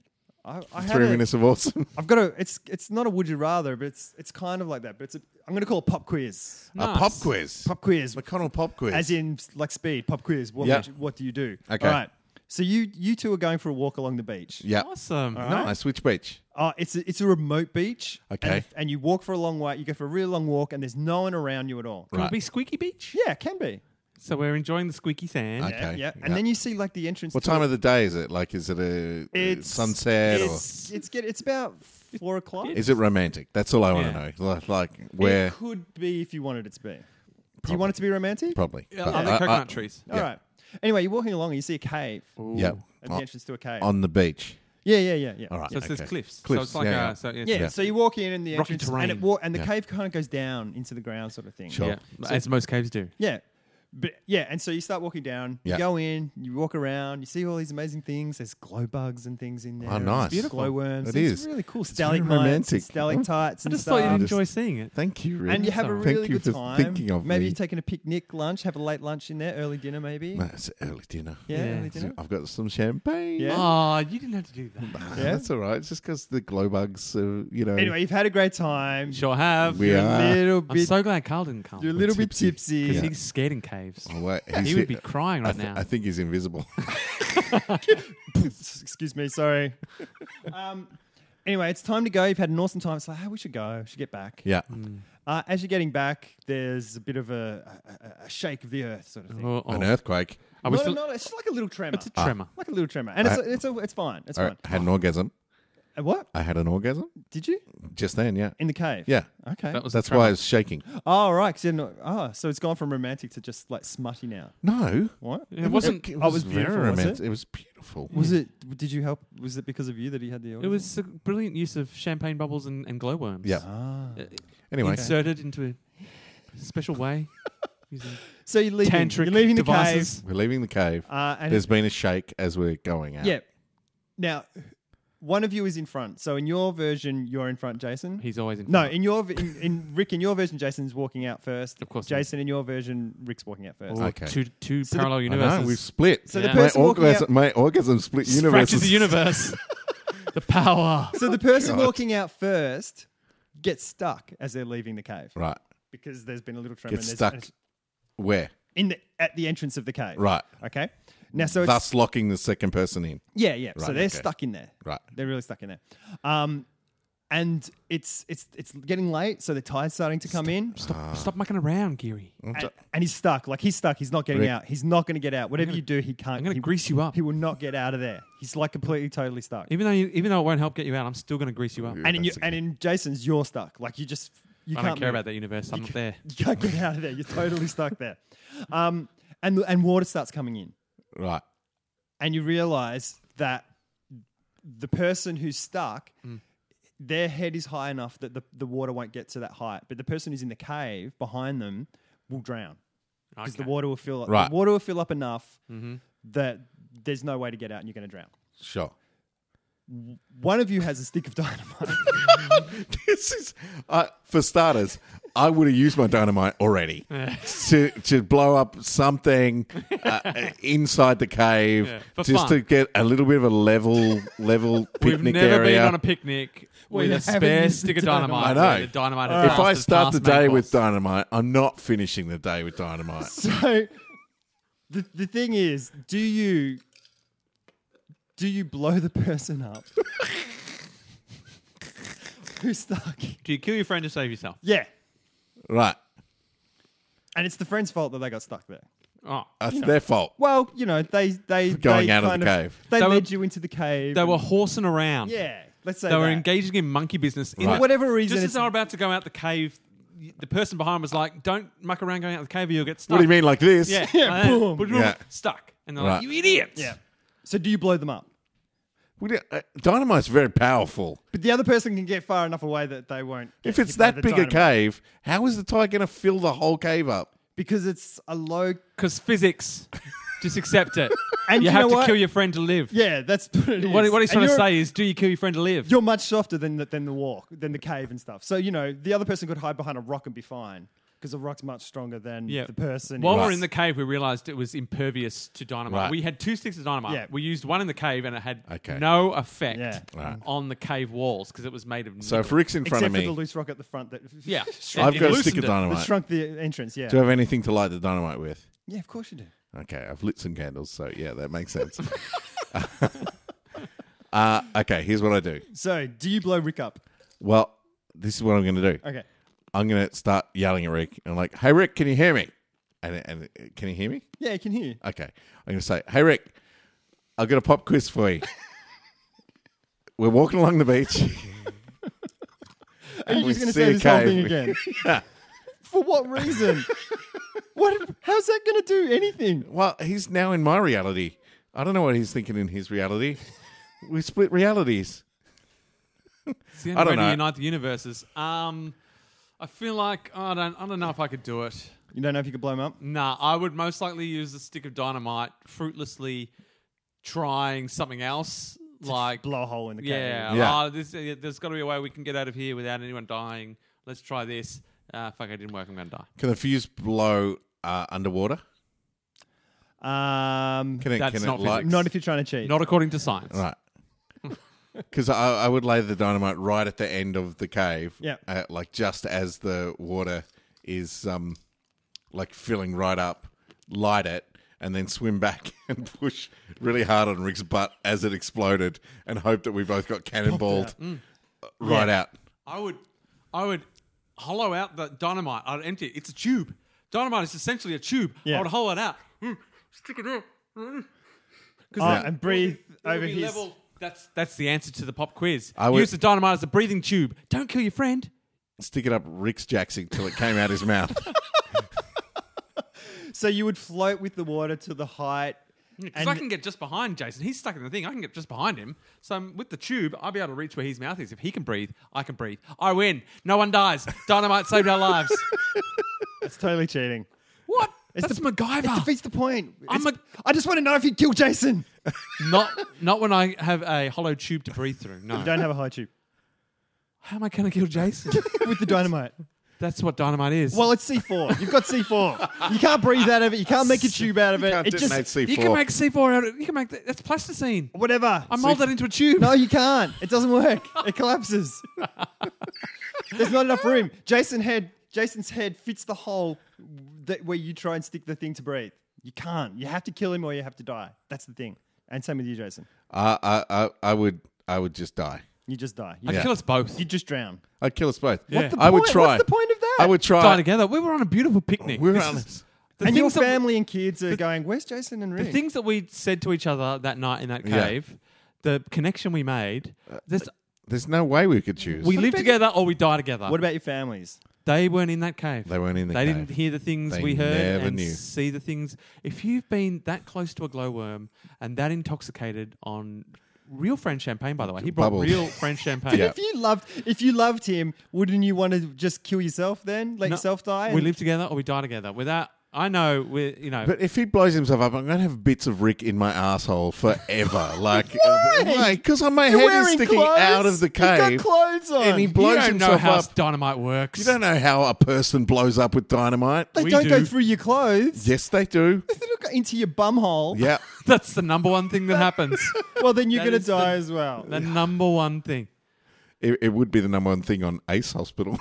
[SPEAKER 3] I, had
[SPEAKER 1] Three
[SPEAKER 3] a-
[SPEAKER 1] minutes of awesome.
[SPEAKER 3] I've got a it's it's not a would you rather, but it's it's kind of like that, but it's a, I'm going to call it pop quiz.
[SPEAKER 1] A pop quiz.
[SPEAKER 3] Pop quiz.
[SPEAKER 1] McConnell pop quiz.
[SPEAKER 3] As in like speed, pop quiz. What
[SPEAKER 1] Yeah.
[SPEAKER 3] would you- what do you do?
[SPEAKER 1] Okay.
[SPEAKER 3] All right. So you you two are going for a walk along the beach.
[SPEAKER 1] yeah.
[SPEAKER 2] Awesome.
[SPEAKER 1] Nice. Which beach?
[SPEAKER 3] Uh, it's a, it's a remote beach.
[SPEAKER 1] Okay.
[SPEAKER 3] And, and you walk for a long way. You go for a really long walk, and there's no one around you at all.
[SPEAKER 2] Can
[SPEAKER 1] Right.
[SPEAKER 2] it be Squeaky Beach?
[SPEAKER 3] Yeah, it can be.
[SPEAKER 2] So we're enjoying the squeaky sand.
[SPEAKER 1] Okay.
[SPEAKER 3] Yeah, yeah.
[SPEAKER 1] yeah.
[SPEAKER 3] And then you see like the entrance.
[SPEAKER 1] What
[SPEAKER 3] to
[SPEAKER 1] time
[SPEAKER 3] it.
[SPEAKER 1] of the day is it? Like, is it a uh sunset or
[SPEAKER 3] It's it's, get, it's about four o'clock.
[SPEAKER 1] is it romantic? That's all I want to
[SPEAKER 2] Yeah.
[SPEAKER 1] know. Like, like where?
[SPEAKER 3] It could be if you wanted it to be. Do you want it to be romantic?
[SPEAKER 1] Probably.
[SPEAKER 2] Yeah,
[SPEAKER 1] But
[SPEAKER 2] I like
[SPEAKER 1] I- I-
[SPEAKER 2] coconut trees.
[SPEAKER 3] All right. Anyway, you're walking along and you see a cave
[SPEAKER 1] Yeah.
[SPEAKER 3] at the
[SPEAKER 1] On,
[SPEAKER 3] entrance to a cave.
[SPEAKER 1] on the beach.
[SPEAKER 3] yeah, yeah, yeah, yeah.
[SPEAKER 1] All right.
[SPEAKER 2] So it says
[SPEAKER 1] okay.
[SPEAKER 2] cliffs. So
[SPEAKER 1] Cliffs,
[SPEAKER 2] it's like
[SPEAKER 1] yeah,
[SPEAKER 2] a.
[SPEAKER 1] yeah.
[SPEAKER 2] So, yeah,
[SPEAKER 3] Yeah,
[SPEAKER 1] Yeah.
[SPEAKER 3] so you walk in and the
[SPEAKER 2] Rocky
[SPEAKER 3] entrance,
[SPEAKER 2] terrain.
[SPEAKER 3] and, it wa- and the
[SPEAKER 1] Yeah.
[SPEAKER 3] cave kind of goes down into the ground, sort of thing.
[SPEAKER 1] Sure.
[SPEAKER 2] yeah. As most caves do.
[SPEAKER 3] Yeah. But yeah, and so you start walking down,
[SPEAKER 1] Yeah.
[SPEAKER 3] you go in, you walk around, you see all these amazing things. There's glow bugs and things in there.
[SPEAKER 1] Oh,
[SPEAKER 3] and
[SPEAKER 1] nice.
[SPEAKER 3] It's beautiful. Glowworms.
[SPEAKER 1] It
[SPEAKER 3] It's
[SPEAKER 1] is.
[SPEAKER 3] really cool.
[SPEAKER 1] very
[SPEAKER 3] Stalagmites,
[SPEAKER 1] romantic.
[SPEAKER 3] and
[SPEAKER 2] I
[SPEAKER 3] stalactites, and
[SPEAKER 2] just
[SPEAKER 3] stuff.
[SPEAKER 2] thought you'd
[SPEAKER 1] Just-
[SPEAKER 2] enjoy seeing it.
[SPEAKER 1] Thank you, Rick.
[SPEAKER 3] and you have a
[SPEAKER 2] Sorry.
[SPEAKER 3] really
[SPEAKER 1] Thank you
[SPEAKER 3] good
[SPEAKER 1] for
[SPEAKER 3] time.
[SPEAKER 1] thinking of
[SPEAKER 3] maybe
[SPEAKER 1] me.
[SPEAKER 3] you take in a picnic lunch, have a late lunch in there, early dinner maybe.
[SPEAKER 1] No, it's early dinner.
[SPEAKER 3] Yeah,
[SPEAKER 2] Yeah.
[SPEAKER 3] early dinner.
[SPEAKER 1] I've got some champagne.
[SPEAKER 3] Yeah.
[SPEAKER 2] Oh, you didn't have to do that.
[SPEAKER 1] Ah,
[SPEAKER 3] Yeah.
[SPEAKER 1] That's all right. It's just because the glow bugs, are, you know.
[SPEAKER 3] Anyway, you've had a great time.
[SPEAKER 2] Sure have.
[SPEAKER 1] We
[SPEAKER 3] You're
[SPEAKER 1] are.
[SPEAKER 3] a little
[SPEAKER 2] I'm
[SPEAKER 3] bit,
[SPEAKER 2] so glad Carl didn't come.
[SPEAKER 3] you're a little bit
[SPEAKER 1] tipsy.
[SPEAKER 3] tipsy.
[SPEAKER 2] Because he's scared in caves.
[SPEAKER 1] Oh, wait,
[SPEAKER 2] He
[SPEAKER 1] he's-
[SPEAKER 2] would be crying
[SPEAKER 1] I
[SPEAKER 2] right
[SPEAKER 1] th-
[SPEAKER 2] now.
[SPEAKER 1] I think he's invisible.
[SPEAKER 3] Excuse me, sorry. um, anyway, it's time to go. You've had an awesome time. It's like, oh, we should go. We should get back.
[SPEAKER 1] Yeah.
[SPEAKER 3] Uh, as you're getting back, there's a bit of a, a- a, a shake of the earth sort of thing.
[SPEAKER 2] Oh, oh.
[SPEAKER 1] An earthquake.
[SPEAKER 2] Are we
[SPEAKER 3] Not-
[SPEAKER 2] still-
[SPEAKER 3] not- it's just like a little tremor.
[SPEAKER 2] It's a
[SPEAKER 1] Ah.
[SPEAKER 2] tremor.
[SPEAKER 3] like a little tremor, and it's,
[SPEAKER 1] I-
[SPEAKER 3] it's, a, it's fine. It's
[SPEAKER 1] I
[SPEAKER 3] fine.
[SPEAKER 1] had an orgasm.
[SPEAKER 3] Uh, What
[SPEAKER 1] I had an orgasm
[SPEAKER 3] did you
[SPEAKER 1] just then. Yeah.
[SPEAKER 3] in the cave?
[SPEAKER 1] Yeah.
[SPEAKER 3] Okay.
[SPEAKER 2] That was
[SPEAKER 1] That's
[SPEAKER 2] the tremor.
[SPEAKER 1] why I was shaking.
[SPEAKER 3] oh right. 'cause you're not- oh, so it's gone from romantic to just like smutty now.
[SPEAKER 1] No.
[SPEAKER 3] What?
[SPEAKER 2] It wasn't.
[SPEAKER 1] It
[SPEAKER 3] Oh, it was beautiful, was
[SPEAKER 1] romantic.
[SPEAKER 3] it?
[SPEAKER 1] was beautiful.
[SPEAKER 3] Was it? Did you help? Was it because of you that he had the?
[SPEAKER 2] It
[SPEAKER 3] orgasm?
[SPEAKER 2] was a brilliant use of champagne bubbles and, and glowworms.
[SPEAKER 1] Yeah.
[SPEAKER 3] Ah.
[SPEAKER 2] Uh,
[SPEAKER 1] Anyway.
[SPEAKER 2] Inserted into a special way. Using-
[SPEAKER 3] Ah. So you're leaving.
[SPEAKER 2] Tantric
[SPEAKER 3] you're leaving
[SPEAKER 2] devices.
[SPEAKER 3] the
[SPEAKER 1] We're leaving the cave.
[SPEAKER 3] cave. Uh, and
[SPEAKER 1] There's been a shake as we're going out.
[SPEAKER 3] yeah. Now, one of you is in front. So in your version, you're in front, Jason.
[SPEAKER 2] He's always in.
[SPEAKER 3] no,
[SPEAKER 2] front.
[SPEAKER 3] in your v- in, in Rick, in your version, Jason's walking out first.
[SPEAKER 2] Of course Oh he
[SPEAKER 3] Jason, in your version, Rick's walking out first.
[SPEAKER 2] Or
[SPEAKER 1] Okay.
[SPEAKER 2] Two two
[SPEAKER 3] So the-
[SPEAKER 2] parallel
[SPEAKER 1] I know,
[SPEAKER 2] universes.
[SPEAKER 1] we've split.
[SPEAKER 3] So
[SPEAKER 2] Yeah.
[SPEAKER 3] the
[SPEAKER 1] My,
[SPEAKER 3] person walking
[SPEAKER 1] orgasm,
[SPEAKER 3] out,
[SPEAKER 1] my orgasm split
[SPEAKER 2] Just
[SPEAKER 1] universes.
[SPEAKER 2] fractures the universe. the power.
[SPEAKER 3] so the person walking out first gets stuck as they're leaving the cave
[SPEAKER 1] Right.
[SPEAKER 3] because there's been a little tremor.
[SPEAKER 1] Gets
[SPEAKER 3] and
[SPEAKER 1] stuck
[SPEAKER 3] there's-
[SPEAKER 1] where?
[SPEAKER 3] in the at the entrance of the cave.
[SPEAKER 1] Right.
[SPEAKER 3] Okay. Now, so it's
[SPEAKER 1] Thus locking the second person in.
[SPEAKER 3] Yeah, yeah. so
[SPEAKER 1] Right,
[SPEAKER 3] they're
[SPEAKER 1] okay.
[SPEAKER 3] stuck in there.
[SPEAKER 1] Right.
[SPEAKER 3] They're really stuck in there. Um, and it's it's it's getting late, so the tide's starting to come in.
[SPEAKER 2] Stop, stop mucking around, Geary. I'm
[SPEAKER 3] And, and he's stuck. Like he's stuck. He's not getting
[SPEAKER 1] Rick.
[SPEAKER 3] out. He's not going to get out. Whatever you do, he can't.
[SPEAKER 2] going
[SPEAKER 3] he,
[SPEAKER 2] to grease you up.
[SPEAKER 3] He will not get out of there. He's like completely totally stuck.
[SPEAKER 2] Even though you, even though it won't help get you out, I'm still going to grease you up.
[SPEAKER 1] Yeah.
[SPEAKER 3] and in your,
[SPEAKER 1] that's a-
[SPEAKER 3] and in Jason's, you're stuck. Like you just you
[SPEAKER 2] I
[SPEAKER 3] can't
[SPEAKER 2] don't care
[SPEAKER 3] move.
[SPEAKER 2] about that universe. I'm not there.
[SPEAKER 3] You can't get out of there. You're totally stuck there. Um, and and water starts coming in.
[SPEAKER 1] Right.
[SPEAKER 3] and you realize that the person who's stuck, their head is high enough that the, the water won't get to that height, but the person who's in the cave behind them will drown because
[SPEAKER 2] Okay.
[SPEAKER 3] the
[SPEAKER 2] Mm-hmm.
[SPEAKER 3] water will fill up.
[SPEAKER 1] Right.
[SPEAKER 3] The water will fill up enough that there's no way to get out, and you're going to drown.
[SPEAKER 1] Sure.
[SPEAKER 3] One of you has a stick of dynamite.
[SPEAKER 1] this is uh, for starters. I would have used my dynamite already to to blow up something uh, inside the cave,
[SPEAKER 2] Yeah, for
[SPEAKER 1] just
[SPEAKER 2] fun.
[SPEAKER 1] to get a little bit of a level level
[SPEAKER 2] We've
[SPEAKER 1] picnic
[SPEAKER 2] never
[SPEAKER 1] area.
[SPEAKER 2] been on a picnic with a
[SPEAKER 3] haven't
[SPEAKER 2] spare
[SPEAKER 3] used
[SPEAKER 2] stick
[SPEAKER 3] the
[SPEAKER 2] of dynamite.
[SPEAKER 1] I know.
[SPEAKER 2] where The dynamite has
[SPEAKER 1] if I
[SPEAKER 2] passed-
[SPEAKER 1] start the
[SPEAKER 2] passed
[SPEAKER 1] day
[SPEAKER 2] main
[SPEAKER 1] with
[SPEAKER 2] course.
[SPEAKER 1] dynamite, I'm not finishing the day with dynamite.
[SPEAKER 3] so the, the thing is, do you do you blow the person up who's stuck?
[SPEAKER 2] do you kill your friend to save yourself?
[SPEAKER 3] Yeah,
[SPEAKER 1] Right,
[SPEAKER 3] and it's the friend's fault that they got stuck there.
[SPEAKER 2] Oh,
[SPEAKER 1] that's their fault.
[SPEAKER 3] Well, you know, they they
[SPEAKER 1] going
[SPEAKER 3] they
[SPEAKER 1] out of the
[SPEAKER 3] kind
[SPEAKER 1] cave.
[SPEAKER 3] They,
[SPEAKER 2] They were-
[SPEAKER 3] led you into the cave.
[SPEAKER 2] they
[SPEAKER 3] and-
[SPEAKER 2] were horsing around.
[SPEAKER 3] yeah. Let's say
[SPEAKER 2] they were
[SPEAKER 3] that.
[SPEAKER 2] engaging in monkey business. In
[SPEAKER 1] Right.
[SPEAKER 2] the-
[SPEAKER 3] Whatever reason,
[SPEAKER 2] just
[SPEAKER 3] it's-
[SPEAKER 2] as they were about to go out the cave, y- the person behind was like, "Don't muck around going out the cave, or you'll get stuck."
[SPEAKER 1] What do you mean, like this?
[SPEAKER 2] Yeah,
[SPEAKER 3] Yeah,
[SPEAKER 2] like that.
[SPEAKER 3] boom.
[SPEAKER 2] But
[SPEAKER 1] Yeah.
[SPEAKER 2] stuck, and they're
[SPEAKER 1] Right.
[SPEAKER 2] like, "You idiots!"
[SPEAKER 3] Yeah. So do you blow them up?
[SPEAKER 1] What do you- uh, Dynamite's very powerful.
[SPEAKER 3] But the other person can get far enough away that they won't. get
[SPEAKER 1] If it's
[SPEAKER 3] hit by
[SPEAKER 1] that
[SPEAKER 3] the
[SPEAKER 1] big a
[SPEAKER 3] dynamite.
[SPEAKER 1] cave, how is the tide going to fill the whole cave up?
[SPEAKER 3] because it's a low.
[SPEAKER 2] because physics. Just accept it.
[SPEAKER 3] And
[SPEAKER 2] you,
[SPEAKER 3] you
[SPEAKER 2] have
[SPEAKER 3] know
[SPEAKER 2] to
[SPEAKER 3] what?
[SPEAKER 2] kill your friend to live.
[SPEAKER 3] Yeah, that's what it is.
[SPEAKER 2] What, what he's
[SPEAKER 3] And
[SPEAKER 2] trying to
[SPEAKER 3] you're-
[SPEAKER 2] say is, do you kill your friend to live?
[SPEAKER 3] You're much softer than the, than the walk, than the cave and stuff. So you know, the other person could hide behind a rock and be fine because the rock's much stronger than
[SPEAKER 2] Yeah.
[SPEAKER 3] the person.
[SPEAKER 2] While
[SPEAKER 3] who's-
[SPEAKER 2] we're in the cave, we realized it was impervious to dynamite.
[SPEAKER 1] Right.
[SPEAKER 2] We had two sticks of dynamite.
[SPEAKER 3] Yeah.
[SPEAKER 2] We used one in the cave, and it had
[SPEAKER 1] Okay.
[SPEAKER 2] no effect
[SPEAKER 3] Yeah.
[SPEAKER 1] Right.
[SPEAKER 2] on the cave walls because it was made of.
[SPEAKER 1] So if
[SPEAKER 2] nickel.
[SPEAKER 1] Rick's in front
[SPEAKER 3] except
[SPEAKER 1] of
[SPEAKER 3] for
[SPEAKER 1] me,
[SPEAKER 3] the loose rock at the front that
[SPEAKER 2] yeah,
[SPEAKER 1] I've
[SPEAKER 2] It
[SPEAKER 1] got a
[SPEAKER 2] loosened
[SPEAKER 1] stick of
[SPEAKER 2] it.
[SPEAKER 3] that
[SPEAKER 1] dynamite.
[SPEAKER 3] shrunk the entrance. Yeah,
[SPEAKER 1] Do you have anything to light the dynamite with?
[SPEAKER 3] yeah, of course you do.
[SPEAKER 1] Okay, I've lit some candles, so yeah, that makes sense. uh, okay, here's what I do.
[SPEAKER 3] So do you blow Rick up?
[SPEAKER 1] Well, this is what I'm going to do.
[SPEAKER 3] Okay.
[SPEAKER 1] I'm going to start yelling at Rick. and like, "Hey, Rick, can you hear me?" And, and uh, can you hear me?
[SPEAKER 3] Yeah, I can hear you.
[SPEAKER 1] Okay, I'm going to say, "Hey, Rick, I've got a pop quiz for you." We're walking along the beach.
[SPEAKER 3] Are you
[SPEAKER 1] We
[SPEAKER 3] just
[SPEAKER 1] see
[SPEAKER 3] going to say
[SPEAKER 1] a
[SPEAKER 3] this whole
[SPEAKER 1] cave.
[SPEAKER 3] thing again? For what reason? what? How's that going to do anything?
[SPEAKER 1] Well, he's now in my reality. I don't know what he's thinking in his reality. we split realities.
[SPEAKER 2] It's the
[SPEAKER 1] I
[SPEAKER 2] only
[SPEAKER 1] don't
[SPEAKER 2] way
[SPEAKER 1] know.
[SPEAKER 2] to unite the universes. Um, I feel like I don't. I don't know if I could do it.
[SPEAKER 3] You don't know if you could blow him up.
[SPEAKER 2] Nah, I would most likely use a stick of dynamite, fruitlessly trying something else. Like
[SPEAKER 3] Blow a hole in the cave.
[SPEAKER 2] Yeah,
[SPEAKER 1] Yeah.
[SPEAKER 2] ah, this- uh, there's got to be a way we can get out of here without anyone dying. Let's try this. Uh, fuck, I didn't work. I'm going to die.
[SPEAKER 1] Can the fuse blow uh, underwater?
[SPEAKER 3] Um,
[SPEAKER 1] Can it,
[SPEAKER 2] That's
[SPEAKER 1] can
[SPEAKER 2] not
[SPEAKER 1] it light?
[SPEAKER 2] physics.
[SPEAKER 3] not if you're trying to cheat.
[SPEAKER 2] Not according to science.
[SPEAKER 1] Right. Because I, I would lay the dynamite right at the end of the cave.
[SPEAKER 3] Yeah.
[SPEAKER 1] uh, like just as the water is um, like filling right up, light it, and then swim back and push really hard on Rick's butt as it exploded, and hope that we both got cannonballed. uh, right
[SPEAKER 3] Mm. Yeah.
[SPEAKER 1] out.
[SPEAKER 2] I would, I would hollow out the dynamite. I'd empty it. It's a tube. Dynamite is essentially a tube.
[SPEAKER 3] Yeah.
[SPEAKER 2] I would hollow it out. Mm, Stick it in. Mm. 'Cause
[SPEAKER 3] Oh,
[SPEAKER 2] it-
[SPEAKER 3] and breathe
[SPEAKER 2] it would
[SPEAKER 3] over
[SPEAKER 2] be
[SPEAKER 3] his-
[SPEAKER 2] level. That's that's the answer to the pop quiz.
[SPEAKER 1] I would-
[SPEAKER 2] Use the dynamite as a breathing tube. Don't kill your friend.
[SPEAKER 1] Stick it up Rick's Jackson till it came out his mouth.
[SPEAKER 3] So you would float with the water to the height.
[SPEAKER 2] Because
[SPEAKER 3] And
[SPEAKER 2] I can get just behind Jason. He's stuck in the thing. I can get just behind him. So um, with the tube, I'll be able to reach where his mouth is. If he can breathe, I can breathe. I win. No one dies. Dynamite saved our lives.
[SPEAKER 3] it's totally cheating.
[SPEAKER 2] What?
[SPEAKER 3] It's
[SPEAKER 2] That's
[SPEAKER 3] the- It
[SPEAKER 2] MacGyver.
[SPEAKER 3] defeats the point.
[SPEAKER 2] I'm
[SPEAKER 3] It's-
[SPEAKER 2] a-
[SPEAKER 3] I just want to know if he'd kill Jason.
[SPEAKER 2] not, not when I have a hollow tube to breathe through. No.
[SPEAKER 3] Don't have a high tube
[SPEAKER 2] How am I going to kill Jason?
[SPEAKER 3] with the dynamite.
[SPEAKER 2] That's what dynamite is.
[SPEAKER 3] Well, it's C4. You've got C4. You can't breathe out of it. You can't make a tube out of it.
[SPEAKER 1] Can't
[SPEAKER 3] It just
[SPEAKER 1] detonate C4.
[SPEAKER 2] you can make C4 out of You can make that. That's plasticine.
[SPEAKER 3] whatever.
[SPEAKER 2] I mold that into a tube.
[SPEAKER 3] No, you can't. It doesn't work. It collapses. There's not enough room. Jason head. Jason's head fits the hole that where you try and stick the thing to breathe. You can't. You have to kill him or you have to die. That's the thing. And same with you, Jason.
[SPEAKER 1] I, I, I, I would, I would just die.
[SPEAKER 3] You just die. You,
[SPEAKER 2] I'd kill us both.
[SPEAKER 3] you just drown.
[SPEAKER 1] I'd kill us both.
[SPEAKER 2] Yeah.
[SPEAKER 3] the
[SPEAKER 1] I would
[SPEAKER 3] point?
[SPEAKER 1] try.
[SPEAKER 3] What's the point of that?
[SPEAKER 1] I would try.
[SPEAKER 2] die together. We were on a beautiful picnic.
[SPEAKER 1] We're
[SPEAKER 2] This
[SPEAKER 1] on-
[SPEAKER 2] is- the
[SPEAKER 3] And your
[SPEAKER 2] things that-
[SPEAKER 3] family and kids are going, "Where's Jason and Rick?"
[SPEAKER 2] The things that we said to each other that night in that
[SPEAKER 1] Yeah. Uh,
[SPEAKER 2] cave, the connection we made, this,
[SPEAKER 1] There's no way we could choose.
[SPEAKER 2] we
[SPEAKER 3] What
[SPEAKER 2] live
[SPEAKER 3] about-
[SPEAKER 2] together or we die together.
[SPEAKER 3] what about your families?
[SPEAKER 2] they weren't in that cave.
[SPEAKER 1] They weren't in the
[SPEAKER 2] They
[SPEAKER 1] cave.
[SPEAKER 2] didn't hear the things
[SPEAKER 1] They
[SPEAKER 2] we heard
[SPEAKER 1] never
[SPEAKER 2] and
[SPEAKER 1] knew.
[SPEAKER 2] see the things. If you've been that close to a glowworm and that intoxicated on real French champagne, by the way, he brought
[SPEAKER 1] Bubbles.
[SPEAKER 2] real French champagne.
[SPEAKER 1] Yeah.
[SPEAKER 3] If you loved, if you loved him, wouldn't you want to just kill yourself then? Let
[SPEAKER 2] No,
[SPEAKER 3] yourself die.
[SPEAKER 2] We
[SPEAKER 3] and-
[SPEAKER 2] live together or we die together. Without, I know we, you know,
[SPEAKER 1] But if he blows himself up, I'm going to have bits of Rick in my asshole forever. Like, Because my
[SPEAKER 3] You're
[SPEAKER 1] head is
[SPEAKER 3] wearing
[SPEAKER 1] sticking
[SPEAKER 3] clothes.
[SPEAKER 1] out of the
[SPEAKER 3] You've got
[SPEAKER 1] cave.
[SPEAKER 3] clothes on.
[SPEAKER 1] And he
[SPEAKER 2] you
[SPEAKER 1] blows
[SPEAKER 2] don't know
[SPEAKER 1] himself
[SPEAKER 2] how
[SPEAKER 1] up.
[SPEAKER 2] dynamite works.
[SPEAKER 1] You don't know how a person blows up with dynamite.
[SPEAKER 3] They
[SPEAKER 2] We
[SPEAKER 3] don't go
[SPEAKER 2] do.
[SPEAKER 3] through your clothes.
[SPEAKER 1] yes, they do.
[SPEAKER 3] If they look into your bumhole,
[SPEAKER 1] Yeah.
[SPEAKER 2] That's the number one thing that happens.
[SPEAKER 3] well, then you're
[SPEAKER 2] That
[SPEAKER 3] going to
[SPEAKER 2] is the-
[SPEAKER 3] die as well.
[SPEAKER 2] the number one thing.
[SPEAKER 1] It, it would be the number one thing on Ace Hospital.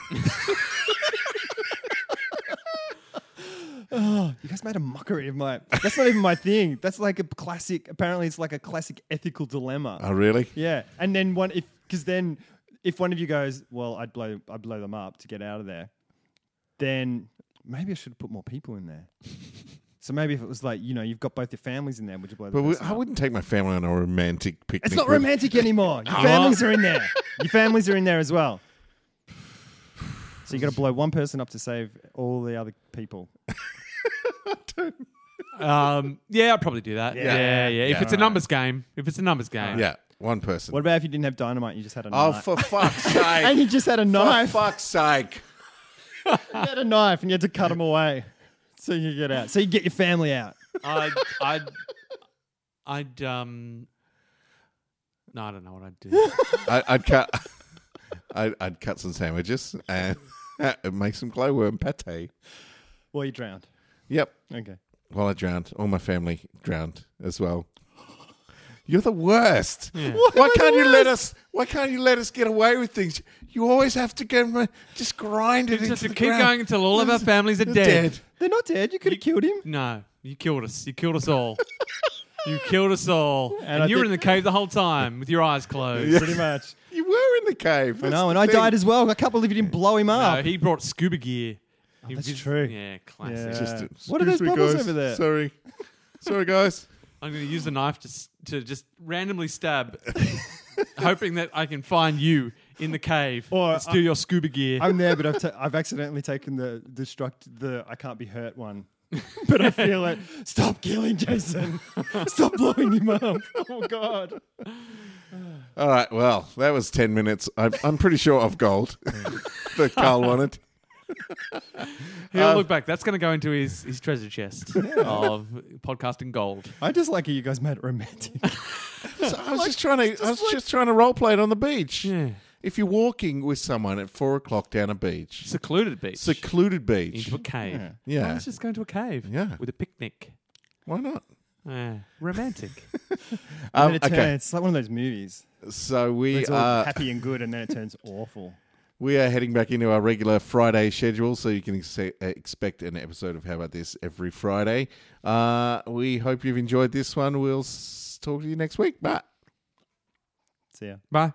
[SPEAKER 3] You guys made a mockery of my. That's not even my thing. That's like a classic. Apparently, it's like a classic ethical dilemma.
[SPEAKER 1] oh, really?
[SPEAKER 3] Yeah, and then one if because then if one of you goes, well, I'd blow I'd blow them up to get out of there, then maybe I should put more people in there. so maybe if it was like you know you've got both your families in there, would you blow?
[SPEAKER 1] But
[SPEAKER 3] them
[SPEAKER 1] we, I wouldn't take my family on a romantic picnic.
[SPEAKER 3] It's not
[SPEAKER 1] with-
[SPEAKER 3] romantic anymore. Your families are in there. Your families are in there as well. So you got to blow one person up to save all the other people.
[SPEAKER 2] Um, yeah, I'd probably do that. Yeah, yeah. If
[SPEAKER 1] Yeah.
[SPEAKER 2] it's a numbers game, if it's a numbers game,
[SPEAKER 1] Yeah, one person.
[SPEAKER 3] What about if you didn't have dynamite? and You just had a
[SPEAKER 1] oh,
[SPEAKER 3] knife.
[SPEAKER 1] for fuck's
[SPEAKER 3] and you
[SPEAKER 1] sake.
[SPEAKER 3] just had a
[SPEAKER 1] for
[SPEAKER 3] knife.
[SPEAKER 1] fuck's sake.
[SPEAKER 3] you had a knife, and you had to cut them away so you could get out. So you get your family out.
[SPEAKER 2] I'd, I'd, I'd, um, no, I don't know what I'd do.
[SPEAKER 1] I, I'd cut. I'd, I'd cut some sandwiches and make some glowworm pate.
[SPEAKER 3] Well, you drowned.
[SPEAKER 1] Yep.
[SPEAKER 3] Okay.
[SPEAKER 1] Well, I drowned. All my family drowned as well. You're the worst. Why can't you let us? Why can't you let us get away with things? You always have to go, just grind it
[SPEAKER 2] just
[SPEAKER 1] into
[SPEAKER 2] have to
[SPEAKER 1] the
[SPEAKER 2] keep
[SPEAKER 1] ground.
[SPEAKER 2] going until all of our families are
[SPEAKER 1] They're
[SPEAKER 2] dead.
[SPEAKER 3] They're not dead. You could have killed him.
[SPEAKER 2] No, you killed us. You killed us all. you killed us all. And,
[SPEAKER 3] I
[SPEAKER 2] you were in
[SPEAKER 3] think-
[SPEAKER 2] the cave the whole time with your eyes closed.
[SPEAKER 3] Pretty much.
[SPEAKER 1] You were in the cave.
[SPEAKER 3] I know, and I died as well. I can't believe you didn't blow him
[SPEAKER 2] No,
[SPEAKER 3] up.
[SPEAKER 2] he brought scuba gear. He
[SPEAKER 3] that's
[SPEAKER 2] was-
[SPEAKER 3] true.
[SPEAKER 2] Yeah, classic.
[SPEAKER 3] Yeah.
[SPEAKER 1] Just,
[SPEAKER 3] Uh,
[SPEAKER 1] excuse
[SPEAKER 3] what are those
[SPEAKER 1] me,
[SPEAKER 3] bubbles
[SPEAKER 1] guys.
[SPEAKER 3] over there?
[SPEAKER 1] Sorry, sorry, guys.
[SPEAKER 2] I'm going to use the knife to s- to just randomly stab, hoping that I can find you in the cave
[SPEAKER 3] Or
[SPEAKER 2] and steal your scuba gear.
[SPEAKER 3] I'm there, but I've, ta- I've accidentally taken the destruct the I can't be hurt one. but I feel it. Stop killing Jason. Stop blowing him up. Oh God.
[SPEAKER 1] All right. Well, that was ten minutes. I'm, I'm pretty sure of gold that Carl wanted.
[SPEAKER 2] He'll look back. That's going to go into his, his treasure chest of podcasting gold.
[SPEAKER 3] I just like how you guys made it romantic.
[SPEAKER 1] So I was just trying to. I was just trying to role play it on the beach.
[SPEAKER 2] Yeah.
[SPEAKER 1] If you're walking with someone at four o'clock down a beach,
[SPEAKER 2] Secluded beach.
[SPEAKER 1] secluded beach,
[SPEAKER 2] into a cave.
[SPEAKER 1] Yeah.
[SPEAKER 2] Oh, let's just go into a cave.
[SPEAKER 1] Yeah.
[SPEAKER 2] With a picnic.
[SPEAKER 1] why not?
[SPEAKER 2] Yeah. Romantic.
[SPEAKER 3] and
[SPEAKER 1] Um,
[SPEAKER 3] it turns,
[SPEAKER 1] okay.
[SPEAKER 3] It's like one of those movies.
[SPEAKER 1] So we uh,
[SPEAKER 3] It's all
[SPEAKER 1] are
[SPEAKER 3] happy and good, and then it turns awful.
[SPEAKER 1] we are heading back into our regular Friday schedule, so you can ex- expect an episode of How About This every Friday. Uh, we hope you've enjoyed this one. We'll s- talk to you next week. Bye.
[SPEAKER 3] So yeah.
[SPEAKER 2] Bye.